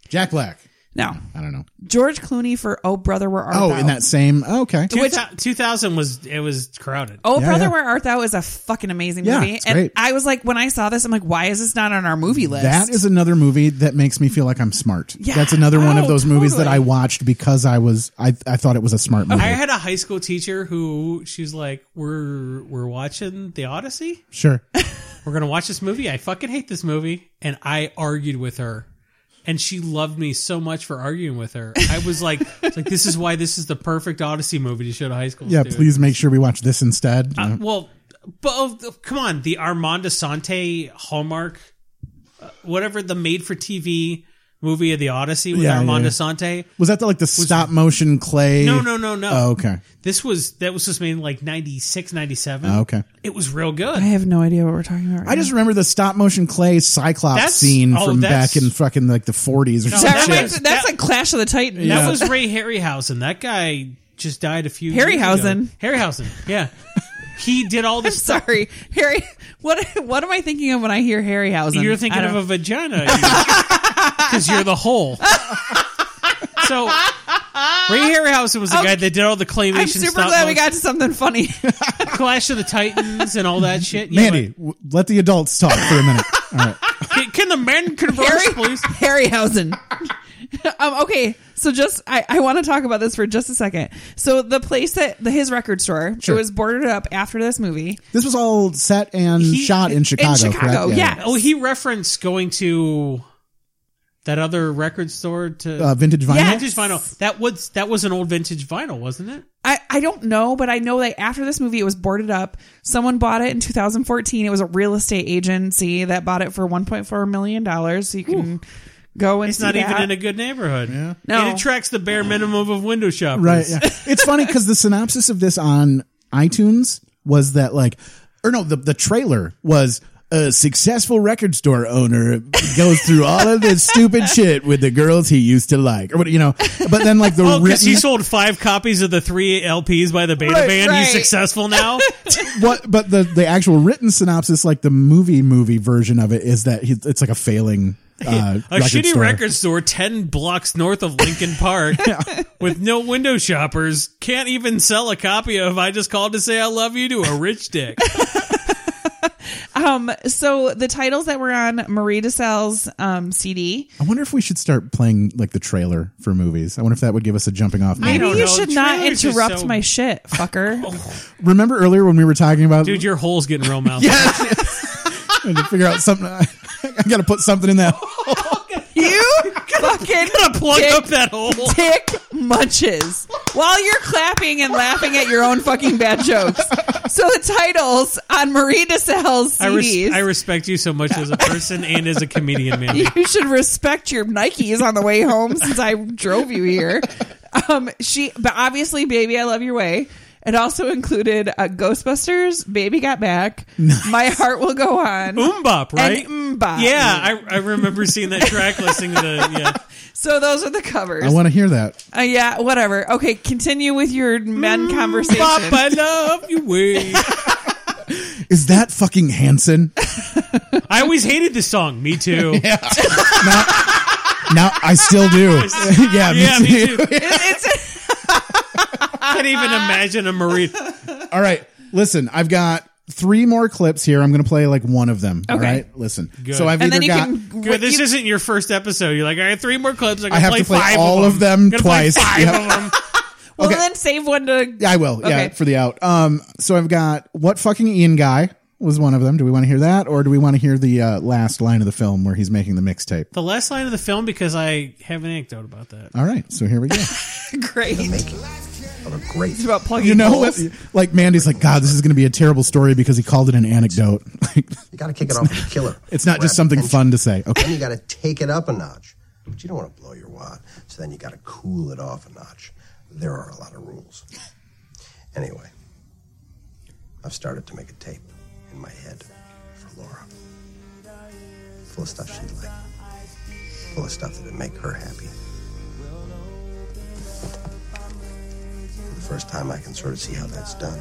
A: Jack Black.
B: No,
A: I don't know.
B: George Clooney for Oh Brother Where Art
A: Oh,
B: Thou.
A: in that same. Oh, okay.
C: Two thou- 2000 was it was crowded.
B: Oh,
A: Yeah,
B: Brother
A: yeah.
B: Where Art Thou is a fucking amazing
A: Yeah,
B: movie.
A: it's
B: and
A: great.
B: I was like, when I saw this, I'm like, why is this not on our movie list?
A: That is another movie that makes me feel like I'm smart.
B: Yeah.
A: That's another one
B: Oh,
A: of those movies that
B: totally.
A: I watched because I was I, I thought it was a smart movie.
C: I had a high school teacher who she's like, "We're we're watching The Odyssey.
A: sure.
C: We're gonna watch this movie. I fucking hate this movie." And I argued with her, and she loved me so much for arguing with her. I was like, I was "Like this is why this is the perfect Odyssey movie to show to high school."
A: Yeah, please make sure we watch this instead.
B: Uh,
A: Yeah.
C: Well, but oh, come on, the Armando Sante Hallmark, uh, whatever the made-for-TV movie of The Odyssey with
A: Yeah, yeah,
C: Armando
A: yeah.
C: Sante.
A: was that the, like the stop motion clay?
C: No, no, no, no.
A: Oh, okay.
C: This was that was just made in like 96, 97.
A: Oh, okay.
C: It was real
B: I
C: good.
B: have no idea what we're talking about. Right
A: I just remember the stop motion clay cyclops
C: That's-
A: scene
C: oh,
A: from
C: that's-
A: back in fucking like the 40s or
C: No,
A: something.
B: that
C: that-
B: reminds,
C: that-
B: that's like Clash of the Titans.
C: That was Ray Harryhausen. That guy just died a few
B: Harryhausen.
C: years ago. Harryhausen. Yeah. he did all this stuff.
B: Sorry, Harry. What what am I thinking of when I hear Harryhausen?
C: You're thinking of a vagina. Because you're the whole. so Ray Harryhausen was the guy that did all the claymation
B: I'm super
C: stop
B: glad we
C: motion-
B: got to something funny.
C: Clash of the Titans and all that shit. Yeah,
A: Mandy, w- let the adults talk for a minute. All right.
C: but can, can the men converse,
B: Harry-
C: please?
B: Harryhausen. um, okay, so just I, I want to talk about this for just a second. So the place that the, his record store
A: Sure.
B: it was boarded up after this movie.
A: This was all set and shot in Chicago,
B: Chicago,
A: correct?
B: yeah.
C: Oh, he referenced going to that other record store to
A: Uh, vintage vinyl?
B: Yes.
C: vintage vinyl. That was that was an old vintage vinyl, wasn't it?
B: I, I don't know, but I know that after this movie, it was boarded up. Someone bought it in 2014. It was a real estate agency that bought it for 1.4 million dollars. So you can go and
C: It's
B: see
C: not
B: that.
C: even in a good neighborhood. Yeah.
B: No.
C: It attracts the bare minimum of window shoppers.
A: Right. Yeah. It's funny because the synopsis of this on iTunes was that like, or no, the the trailer was a successful record store owner goes through all of this stupid shit with the girls he used to like, or what you know. But then like the
C: Oh, because
A: written,
C: he sold five copies of the three LPs by the Beta
A: Right,
C: Band.
A: right.
C: He's successful now.
A: what, but the the actual written synopsis, like the movie movie version of it, is that he, it's like a failing uh,
C: a shitty
A: store.
C: record store 10 blocks north of Lincoln Park with no window shoppers can't even sell a copy of I Just Called to Say I Love You to a rich dick.
B: Um, so the titles that were on Marie DeSalle's um, CD,
A: I wonder if we should start playing like the trailer for movies. I wonder if that would give us a jumping off.
B: Maybe
A: moment.
B: you should not
C: trailers are
B: interrupt
C: so- Oh.
B: my shit, fucker.
A: Remember earlier when we were talking about
C: Dude, your hole's getting real mouthy.
A: I had to figure out something. I, got to put something in that.
B: you fucking
C: gotta plug
B: dick,
C: up that hole.
B: Dick munches while you're clapping and laughing at your own fucking bad jokes. So the titles on Marie DeSalle's
C: I,
B: CDs.
C: res- I respect you so much as a person and as a comedian, man.
B: you should respect your Nikes on the way home since I drove you here. Um, she, but obviously, baby, I love your way. It also included uh, Ghostbusters, Baby Got Back, My Heart Will Go On,
C: Umbop, right?
B: and Umbop.
C: Yeah, I, I remember seeing that track listing. The yeah,
B: So those are the covers.
A: I want to hear that.
B: Uh, yeah, whatever. Okay, continue with your
A: Mm,
B: men conversation.
C: Bop, I love you. Way.
A: Is that fucking Hanson?
C: I always hated this song. Me too.
A: Now I still do. yeah, me
C: Yeah, me
A: too.
C: too. Can't even imagine a Marie.
A: All right, listen. I've got three more clips here. I'm going to play like one of them. All
C: Okay.
A: right, listen.
C: Good.
A: So I've either got
C: Good, this isn't your first episode. You're like, I got three more clips. I'm
A: I
C: gonna
A: have
C: play
A: to play
C: five
A: all
C: of
A: of them
C: Gonna play
A: twice.
C: five
A: Yeah.
C: of them.
B: Well, then save one to.
A: Yeah, I will. Yeah,
B: Okay.
A: for the out. Um, so I've got what fucking Ian guy was one of them. Do we want to hear that, or do we want to hear the uh, last line of the film where he's making the mixtape?
C: The last line of the film because I have an anecdote about that.
A: All right, so here we go.
B: Great.
A: Great.
B: It's about plugging.
A: You know,
B: holes.
A: what? like Mandy's like, God, this is going to be a terrible story because he called it an anecdote. Like,
I: You got to kick it off with the killer.
A: it's not just
I: Grab
A: something
I: attention.
A: fun to say.
I: Then
A: Okay,
I: you got to take it up a notch, but you don't want to blow your wad. So then you got to cool it off a notch. There are a lot of rules. Anyway, I've started to make a tape in my head for Laura, full of stuff she'd like, full of stuff that would make her happy. For the first time, I can sort of see how that's done.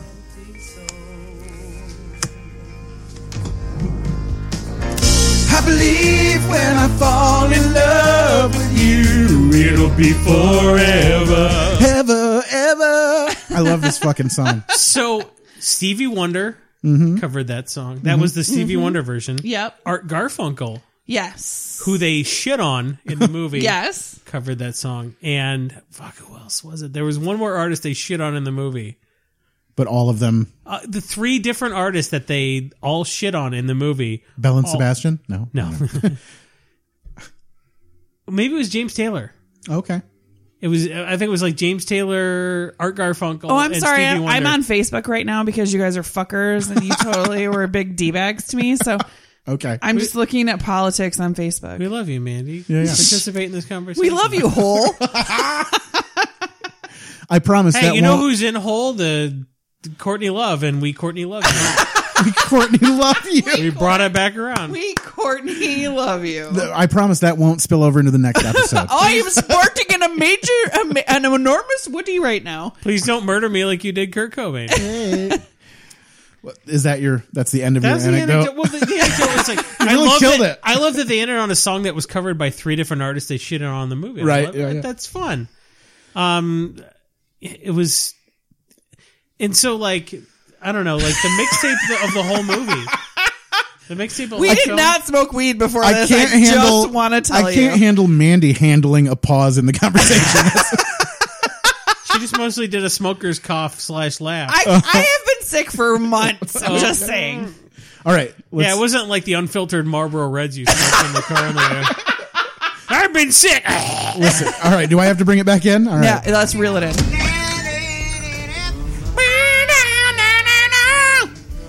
J: I believe when I fall in love with you, it'll be forever.
A: ever, ever. I love this fucking song.
C: So Stevie Wonder
A: Mhm.
C: covered that song. That
A: Mhm.
C: was the Stevie
B: Mhm.
C: Wonder version.
B: Yep.
C: Art Garfunkel,
B: Yes.
C: who they shit on in the movie,
B: Yes.
C: covered that song. And fuck, who else was it? There was one more artist they shit on in the movie.
A: But all of them,
C: Uh, the three different artists that they all shit on in the movie.
A: Bell and
C: all-
A: Sebastian. No,
C: No. Maybe it was James Taylor.
A: okay.
C: It was. I think it was like James Taylor, Art Garfunkel.
B: Oh, I'm
C: and
B: sorry.
C: Stevie
B: I, I'm
C: Wonder.
B: on Facebook right now because you guys are fuckers and you totally were big d bags to me. So
A: Okay.
B: I'm just looking at politics on Facebook.
C: We love you, Mandy.
A: Yeah, yeah.
C: Participate in this conversation.
B: We love you, hole.
A: I promise
C: Hey,
A: that
C: you know
A: won't-
C: who's in hole? The, the Courtney Love, and we Courtney Love. you.
A: Courtney love you.
C: we brought it back around.
B: we Courtney love you.
A: I promise that won't spill over into the next episode.
C: Oh.
B: I am sporting an, a major, a, ma- an enormous Woody right now.
C: Please don't murder me like you did Kurt Cobain.
A: What- Is that your? That's the end of
C: That's the
A: your anecdote.
C: anecdote. Well, the, the anecdote was like, I
A: really
C: love
A: killed
C: that,
A: it.
C: I love that they ended on a song that was covered by three different artists they shitted on in the movie. I
A: Right,
C: love
A: yeah,
C: that.
A: yeah.
C: That's fun. Um, it was, and so like, I don't know, like the mixtape of the whole movie. The mixtape. of
B: We
C: the
B: did
C: film-
B: not smoke weed before
A: I
B: this.
A: can't
B: I
A: handle.
B: just want to tell
A: I can't
B: you.
A: handle Mandy handling a pause in the conversation.
C: She just mostly did a smoker's cough slash laugh.
B: I, I have been sick for months. I'm just saying.
A: All right. let's-
C: yeah, it wasn't like the unfiltered Marlboro Reds you smoked in the car. on the way. I've been sick.
A: Listen. All right. Do I have to bring it back in? All right.
B: Yeah, let's reel it in.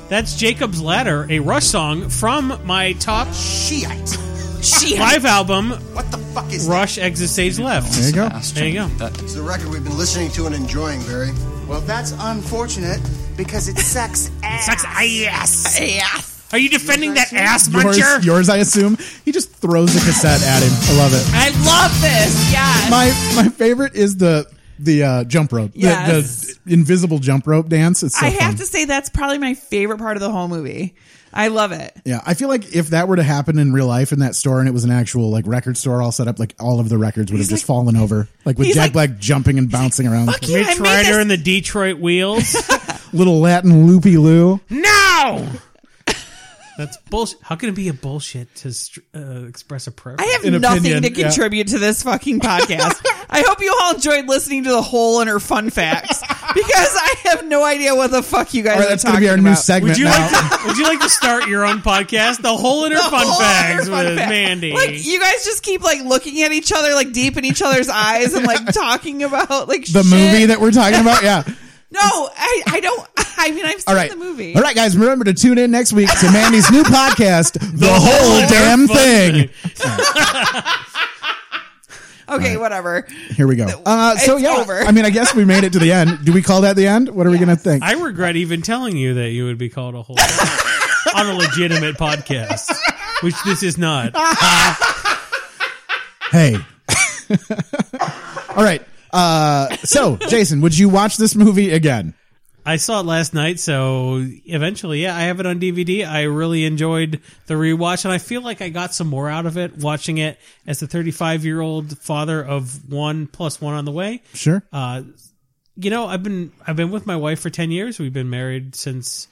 C: That's Jacob's Ladder, a Rush song from my top
D: Shiite.
B: Shiite.
C: live album. What
D: the fuck is
C: Rush Exit Stage Left?
A: There you go.
C: There you go.
F: It's the record we've been listening to and enjoying, Barry.
D: Well, that's unfortunate because it sucks ass.
C: Sucks ass.
D: Ass.
C: Are you defending that ass
A: Yours,
C: muncher?
A: yours, I assume. He just throws a cassette at him. I love it.
B: I love this. Yes.
A: my my favorite is the the uh, jump rope, The-
B: Yes.
A: the, invisible jump rope dance. It's so
B: I
A: fun.
B: have to say that's probably my favorite part of the whole movie. I love it.
A: Yeah, I feel like if that were to happen in real life in that store and it was an actual like record store all set up, like all of the records would have just fallen over, like with
C: he's
A: Jack
C: like-
A: Black jumping and bouncing around,
C: Mitch Ryder and the Detroit Wheels.
A: little Latin loopy loo.
C: no. That's bullshit. How can it be a bullshit to str- uh, express a prayer?
B: I have nothing to contribute to this fucking podcast. I hope you all enjoyed listening to the hole and her fun facts because I have no idea what the fuck you guys
A: All right,
B: are
A: that's gonna
B: talking
A: be our new
B: about.
A: segment
C: Would you
A: now.
C: like? To, would you like to start your own podcast, The Hole in Her
B: The
C: Fun
B: whole
C: Facts
B: other fun
C: with
B: fact.
C: Mandy?
B: Like you guys just keep like looking at each other, like deep in each other's eyes, and like talking about like
A: the
B: shit.
A: movie that we're talking about. Yeah.
B: No, I, I don't. I mean, I've seen
A: All right.
B: the movie.
A: All right, guys. Remember to tune in next week to Mandy's new podcast, The, Whole Damn
B: Fun
A: Thing.
B: Okay, whatever.
A: Here we go. Uh, so
B: It's
A: yeah,
B: over.
A: I mean, I guess we made it to the end. Do we call that the end? What are we gonna think?
C: I regret even telling you that you would be called a whole on a legitimate podcast, which this is not.
A: Hey. All right. Uh, so, Jason, would you watch this movie again?
C: I saw it last night, so eventually, yeah, I have it on DVD. I really enjoyed the rewatch, and I feel like I got some more out of it watching it as the 35 year old father of one plus one on the way.
A: Sure.
C: Uh, you know, I've been I've been with my wife for 10 years. We've been married since.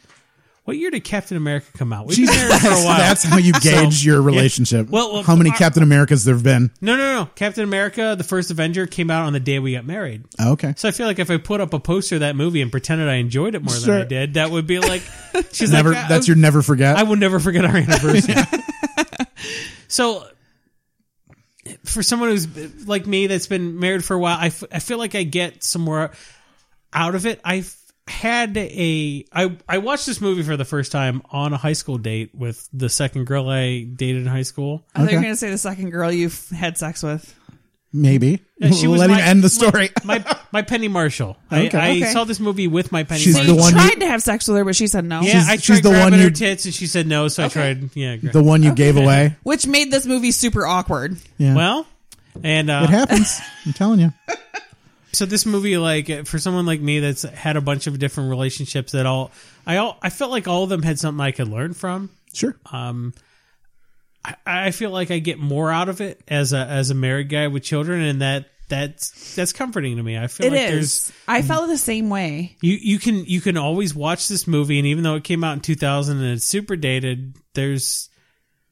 C: What year did Captain America come out? We've been married for a while.
A: That's how you
C: So,
A: gauge your
C: yeah.
A: relationship.
C: Well, well,
A: how many
C: I-
A: Captain Americas there've been?
C: No, no, no. Captain America: The First Avenger came out on the day we got married.
A: Oh, okay.
C: So I feel like if I put up a poster of that movie and pretended I enjoyed it more
A: Sure.
C: than I did, that would be like she's
A: never.
C: like, "Ah,
A: that's your never forget.
C: I will never forget our anniversary. so, for someone who's like me that's been married for a while, I, f- I feel like I get some more out of it. I've had a I I watched this movie for the first time on a high school date with the second girl I dated in high school.
B: I thought you were gonna say the second girl you have had sex with.
A: Maybe.
C: Yeah, she was
A: Let him
C: my-
A: end the story.
C: My my, Penny Marshall.
A: Okay.
C: I, I
A: Okay.
C: saw this movie with my Penny
A: She's
B: So
C: Marshall.
B: you
A: the one you-
B: tried to have sex with her, but she said no.
C: yeah, I tried
A: she's the one
C: grabbing her
A: you-
C: tits and she said no, so I tried. Yeah, gra-
A: the one you gave away.
B: which made this movie super awkward.
A: Yeah.
C: Well, and uh,
A: it happens. I'm telling you.
C: so this movie like for someone like me that's had a bunch of different relationships that all i all i felt like all of them had something i could learn from
A: sure
B: uh,
C: um i, I feel like i get more out of it as a as a married guy with children and that that's that's comforting to me i feel
B: It is.
C: like there's
B: I felt the same way.
C: you you can you can always watch this movie and even though it came out in 2000 and it's super dated there's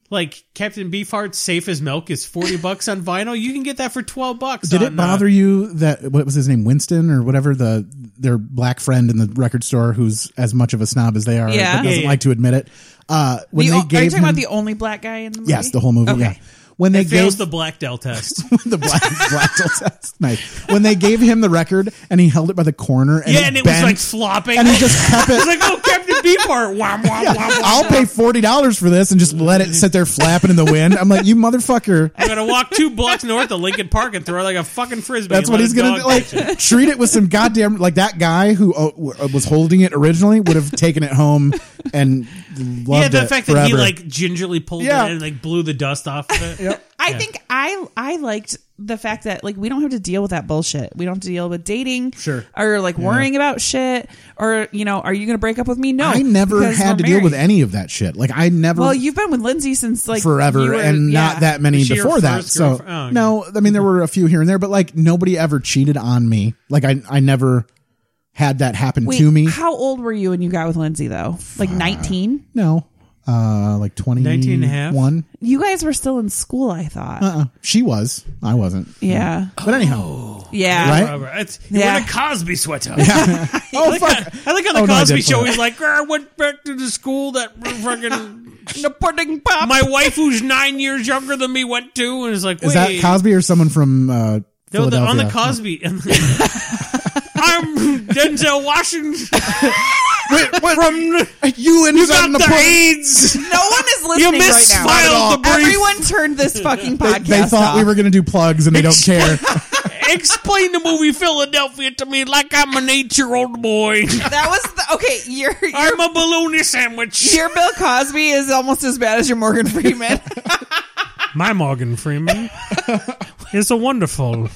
C: like Captain Beefheart's Safe as Milk is 40 bucks on vinyl. You can get that for 12 bucks.
A: Did it
C: on, uh,
A: bother you that what was his name, Winston or whatever the their black friend in the record store who's as much of a snob as they are, but
B: Yeah.
A: doesn't
B: Yeah, yeah.
A: like to admit it. Uh, when
B: The
A: they
B: o-
A: gave
B: are you talking
A: him,
B: about the only black guy in the movie?
A: yes, the whole movie.
B: Okay.
A: Yeah, when they
C: it fails
A: gave
C: the Blackdale test.
A: the black black doll test. Nice. When they gave him the record and he held it by the corner and
C: yeah,
A: it
C: and it
A: bent,
C: was like flopping.
A: and he just kept it.
C: It's like, oh, Captain Beefheart, wham, wham, wham, wham.
A: I'll pay forty dollars for this and just let it sit there flapping in the wind. I'm like, you motherfucker.
C: I'm gonna walk two blocks north to Lincoln Park and throw like a fucking frisbee.
A: That's
C: and
A: what
C: let
A: he's
C: a
A: gonna
C: dog
A: do. Like
C: catch it.
A: treat it with some goddamn like that guy who uh, w- was holding it originally would have taken it home and loved
C: yeah, the
A: it
C: fact
A: forever.
C: that he like gingerly pulled
A: Yeah.
C: it in and like blew the dust off of it.
B: I
C: Yeah.
B: think I I liked the fact that like we don't have to deal with that bullshit. We don't have to deal with dating,
A: Sure.
B: or like
A: Yeah.
B: worrying about shit, or you know, are you going to break up with me? No,
A: I never
B: because
A: had to
B: we're
A: deal with
B: married.
A: any of that shit. Like I never.
B: Well, you've been with Lindsay since like
A: forever
B: you were-
A: and
B: yeah.
A: not that many
C: Was she your
A: before that.
C: first
A: So
C: girlfriend? Oh, okay.
A: no, I mean there were a few here and there, but like nobody ever cheated on me. Like I, I never had that happen
B: Wait,
A: to me.
B: How old were you when you got with Lindsay though? Like nineteen?
A: No, uh, like 20,
C: 19 and a half?
A: One.
B: You guys were still in school, I thought.
A: Uh-uh. She was. I wasn't.
B: Yeah.
A: But anyhow.
C: Oh,
B: Yeah.
A: Right?
C: Robert, it's, you
B: Yeah.
C: wear the Cosby sweater.
A: Oh
C: I, like
A: fuck.
C: how, I like how the
A: Oh, no, I
C: Cosby
A: did
C: show
A: put it.
C: he's like, "Grr, I went back to the school that fucking
B: The pudding pop.
C: my wife, who's nine years younger than me, went to," and it's like,
A: Is
C: wait,
A: that Cosby or someone from uh,
C: No, the,
A: Philadelphia?
C: on the Cosby. I'm Denzel Washington. From
A: You and
C: you
A: his on
C: got
A: the
C: the,
A: pudding.
C: AIDS.
B: no one is listening right now.
A: Not at all.
C: misfiled the brief.
B: Everyone turned this fucking
A: They
B: podcast
A: thought we
B: off.
A: were going to do plugs and they don't care.
C: Explain the movie Philadelphia to me like I'm an eight year old boy.
O: That was the, okay. You're, you're
C: I'm a bologna sandwich.
O: Your Bill Cosby is almost as bad as your Morgan Freeman.
C: My Morgan Freeman is a wonderful.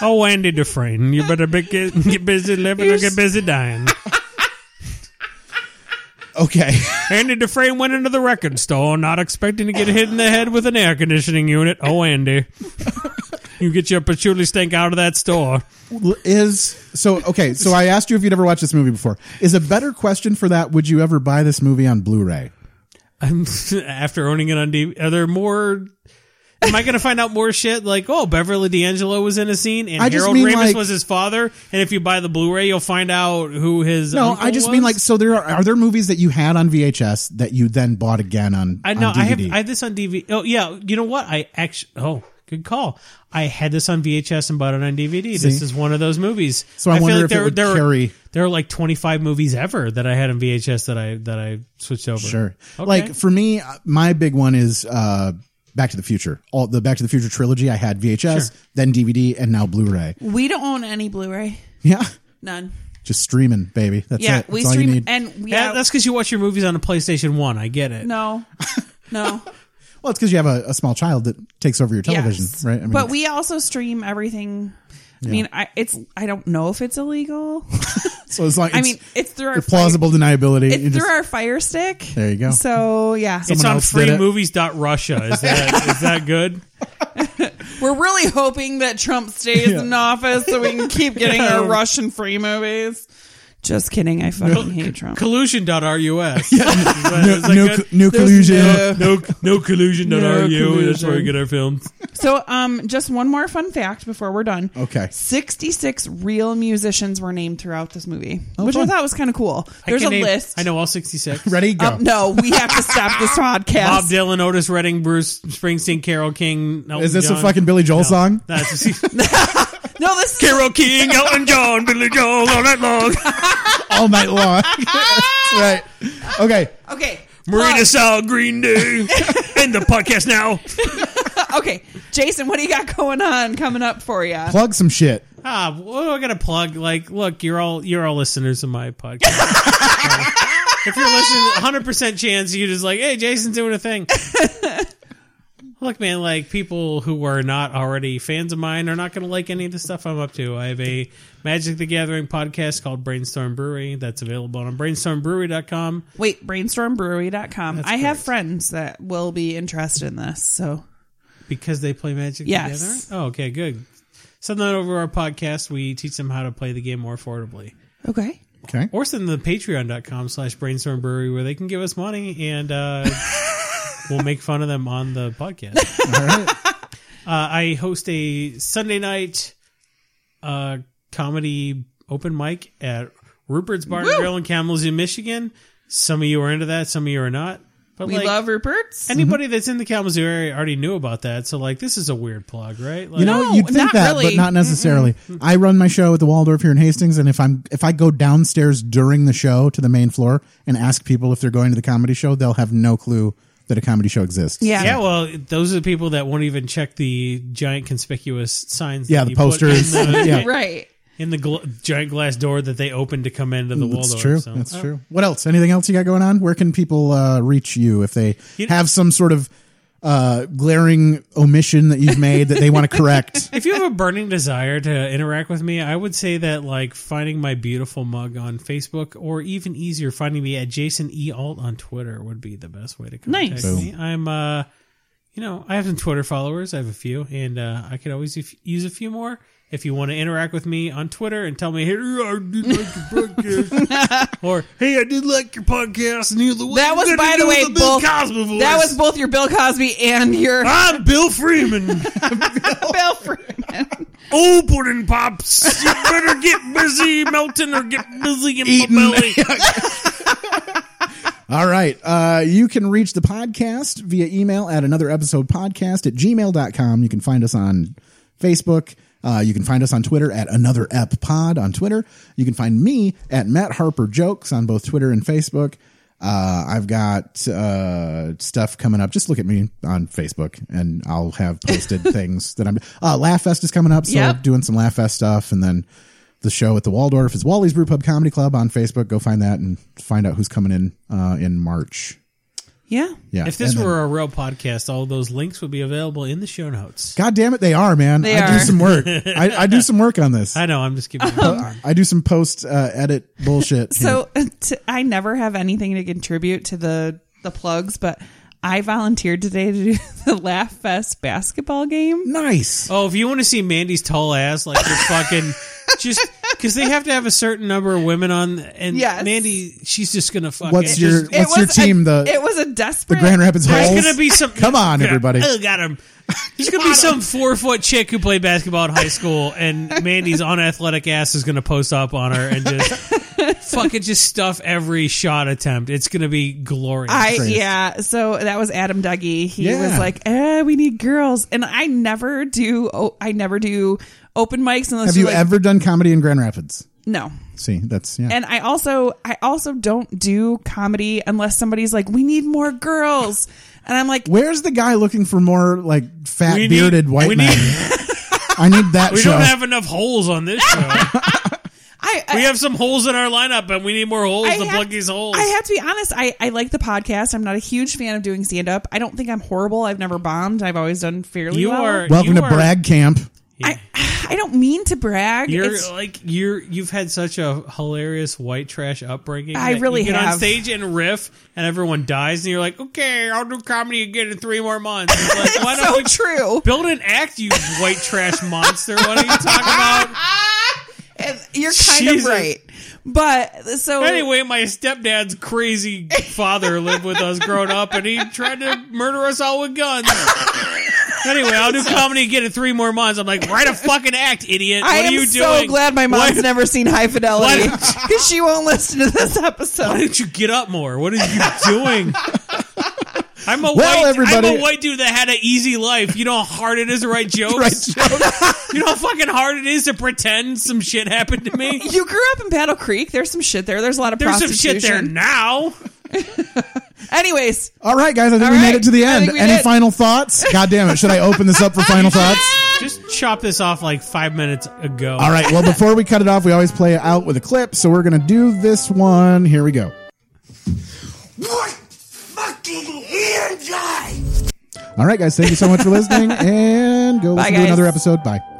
C: Oh, Andy Dufresne, you better be, get, get busy living or get busy dying.
A: Okay.
C: Andy Dufresne went into the record store, not expecting to get hit in the head with an air conditioning unit. Oh, Andy. You get your patchouli stink out of that store.
A: Is so okay. So I asked you if you'd ever watched this movie before. Is a better question for that? Would you ever buy this movie on Blu-ray?
C: I'm after owning it on DVD. Are there more? Am I going to find out more shit? Like, oh, Beverly D'Angelo was in a scene, and
A: I just
C: Harold
A: mean,
C: Ramis
A: like-
C: was his father. And if you buy the Blu-ray, you'll find out who his.
A: No,
C: uncle
A: I just
C: was?
A: mean like so. There are are there movies that you had on VHS that you then bought again on?
C: I know
A: on DVD?
C: I have I have this on DVD. Oh yeah, you know what? I actually oh good call. I had this on VHS and bought it on DVD. This
A: See?
C: is one of those movies.
A: So I
C: feel
A: wonder if it
C: there,
A: would
C: there were-
A: carry-
C: there are like twenty five movies ever that I had on VHS that I that I switched over.
A: Sure.
C: Okay.
A: Like for me, uh, my big one is uh, Back to the Future. All the Back to the Future trilogy. I had VHS, then DVD, and now Blu-ray.
B: We don't own any Blu-ray.
A: Yeah,
B: None.
A: just streaming, baby. That's it.
B: yeah,
A: That's
B: we
A: all
B: stream
A: you need.
B: and we
C: yeah, that's because you watch your movies on a PlayStation One. I get it.
B: no, no.
A: well, it's because you have a, a small child that takes over your television,
B: Yes.
A: right? I mean,
B: but we also stream everything. I
A: Yeah.
B: mean, I it's I don't know if it's illegal.
A: so it's like
B: I
A: it's
B: mean, it's through our
A: your plausible deniability.
B: It's
A: You
B: through
A: just-
B: our Fire Stick.
A: There you go.
B: So yeah,
A: Someone else
C: it's on
A: did it.
C: freemovies.russia. Is that is that good?
B: We're really hoping that Trump stays
C: Yeah.
B: in office so we can keep getting our
C: Yeah.
B: Russian free movies. Just kidding. I fucking hate Trump.
C: Collusion.rus. yeah, no,
A: no co- no collusion.
C: No, no
B: No
C: collusion.ru. That's where
B: collusion.
C: we get our films.
B: So, um, just one more fun fact before we're done.
A: Okay.
B: 66 real musicians were named throughout this movie,
A: Oh,
B: which I
A: fun.
B: thought was kind of cool.
C: I
B: There's
C: can
B: a
C: name-
B: list.
C: I know all 66.
A: ready go.
B: Um, no, we have to stop this podcast.
C: Bob Dylan, Otis Redding, Bruce Springsteen, Carol King. Elton
A: Is this
C: John.
A: a fucking Billy Joel song?
C: That's
B: no, this is
C: Carol King, Elton John, Billy Joel, all night long.
A: all night long. That's right. Okay.
B: okay.
C: Marina Sal, Green Day, and the podcast now.
B: Uh, okay, Jason, what do you got going on coming up for you?
A: Plug some shit.
C: Ah, well, I gotta plug. Like, look, you're all you're all listeners of my podcast. Uh, if you're listening, 100 percent chance you just like, hey, Jason's doing a thing. look, man, like people who are not already fans of mine are not gonna like any of the stuff I'm up to. I have a Magic the Gathering podcast called Brainstorm Brewery that's available on brainstormbrewery.com.
B: Wait, brainstormbrewery.com. I have friends that will be interested in this. So,
C: Because they play Magic
B: Yes.
C: together? Oh, okay, good. Send that over our podcast. We teach them how to play the game more affordably.
B: okay.
A: Okay.
C: Or send them to patreon.com slash brainstorm brewery where they can give us money and uh, we'll make fun of them on the podcast.
A: All right.
C: Uh, I host a Sunday night uh, comedy open mic at Rupert's Bar and Grill in Kalamazoo, Michigan. Some of you are into that, some of you are not. But
B: we
C: like,
B: love Rupert's.
A: Mm-hmm.
C: Anybody that's in the Kalamazoo area already knew about that, so like this is a weird plug, right? Like,
A: You know,
B: No,
A: you'd think
B: not
A: that,
B: really.
A: but not necessarily. I run my show at the Waldorf here in Hastings, and if I'm if I go downstairs during the show to the main floor and ask people if they're going to the comedy show, they'll have no clue that a comedy show exists.
B: Yeah.
C: Yeah, well, those are the people that won't even check the giant conspicuous signs.
A: Yeah,
C: that
A: the
C: you put
A: posters.
C: in the,
A: Yeah.
B: right.
C: in the gl- giant glass door that they opened to come into the
A: That's
C: Waldorf.
A: true.
C: so- Oh.
A: That's
C: I don't-
A: true. What else? Anything else you got going on? Where can people uh, reach you if they have some sort of uh, glaring omission that you've made that they want to correct?
C: If you have a burning desire to interact with me, I would say that like finding my beautiful mug on Facebook, or even easier, finding me at Jason E Alt on Twitter would be the best way to contact
B: Nice.
C: me. I'm uh, you know, I have some Twitter followers. I have a few, and uh, I could always if- use a few more. If you want to interact with me on Twitter and tell me, "Hey, I did like your podcast," or "Hey, I did like your podcast," and you're the one
B: That
C: you
B: was,
C: gotta
B: by
C: do
B: the
C: with
B: way,
C: Bill
B: both,
C: Cosby voice.
B: that was both your Bill Cosby and your
C: I'm Bill Freeman.
B: Bill Freeman.
C: Oh, pudding pops! You better get busy melting or get busy in
A: Eating.
C: my belly.
A: All right. Uh, you can reach the podcast via email at another episode podcast at gmail.com. You can find us on Facebook. Uh, you can find us on Twitter at another ep pod on Twitter. You can find me at Matt Harper Jokes on both Twitter and Facebook. Uh, I've got uh, stuff coming up. Just look at me on Facebook, and I'll have posted things that I'm. Uh, Laugh Fest is coming up, so
J: Yep.
A: doing some Laugh Fest stuff, and then the show at the Waldorf is Wally's Brew Pub Comedy Club on Facebook. Go find that and find out who's coming in uh, in March.
B: Yeah.
A: Yeah,
C: If this
A: and then-
C: were a real podcast, all those links would be available in the show notes.
A: God damn it, they are, man.
C: They
A: I do
C: are.
A: some work. I, I do some work on this.
C: I know. I'm just giving.
A: I do some post uh, edit bullshit. here.
B: So uh, t- I never have anything to contribute to the the plugs, but I volunteered today to do the Laugh Fest basketball game.
A: Nice.
C: Oh, if you want to see Mandy's tall ass, like you're fucking just because they have to have a certain number of women on, and Mandy, she's just gonna fucking.
A: What's your- what's
C: just-
A: It your was a- team, the-
B: It was a desperate.
A: the Grand Rapids
C: There's
A: Holes.
C: gonna be some.
A: Come on, everybody.
C: Oh, got him. There's gonna be some four foot chick who played basketball in high school, and Mandy's unathletic ass is gonna post up on her and just fucking just stuff every shot attempt. It's gonna be glorious.
B: I yeah. So that was Adam Dougie. He
C: Yeah.
B: was like, eh, "We need girls," and I never do. Oh, I never do open mics unless
A: Have you
B: you're like-
A: ever done comedy in Grand Rapids?
B: No.
A: See, that's yeah.
B: And I also I also don't do comedy unless somebody's like, "We need more girls," and I'm like,
A: Where's the guy looking for more like fat
B: We need-
A: bearded white
B: we
A: man? I need that
C: we
A: show.
C: don't have enough holes on this show.
B: I-
C: we have some holes in our lineup, and we need more holes
B: I
C: to
B: have-
C: plug these holes.
B: I have to be honest. I, I like the podcast. I'm not a huge fan of doing stand up. I don't think I'm horrible. I've never bombed. I've always done fairly
C: You
B: well.
C: are-
A: Welcome
C: you
A: to
C: are-
A: Brag Camp.
B: I don't mean to brag.
C: You're
B: It's-
C: like you're you've had such a hilarious white trash upbringing.
B: I
C: that
B: really
C: you get
B: have.
C: on stage and riff, and everyone dies, and you're like, okay, I'll do comedy again in three more months. It's like, why don't we
B: true.
C: Build an act, you white trash monster. What are you talking about?
B: you're kind
C: Jesus.
B: of right. But so
C: Anyway, my stepdad's crazy father lived with us growing up, and he tried to murder us all with guns. Anyway, I'll do comedy again in three more months. I'm like, write a fucking act, idiot. What
B: I
C: are
B: am
C: you doing?
B: so glad my mom's
C: Why-
B: never seen High Fidelity because she won't listen to this
C: Why
B: episode.
C: didn't you get up more? What are you doing? I'm a
A: Well,
C: white.
A: everybody-
C: I'm a white dude that had an easy life. You know how hard it is to write jokes. you know how fucking hard it is to pretend some shit happened to me.
B: You grew up in Battle Creek. There's some shit there. There's a lot of
C: There's some
B: prostitution.
C: shit there now.
B: Anyways,
A: All right, guys, I think we made it to the
B: I
A: end.
B: think we
A: Any
B: did.
A: final thoughts? God damn it! Should I open this up for final thoughts?
C: Just chop this off like five minutes ago.
A: All right. Well, before we cut it off, we always play it out with a clip, so we're gonna do this one. Here we go.
E: What fucking hand guy?
A: All right, guys, thank you so much for listening, and go
E: Bye,
A: listen to
E: guys.
A: another episode. Bye.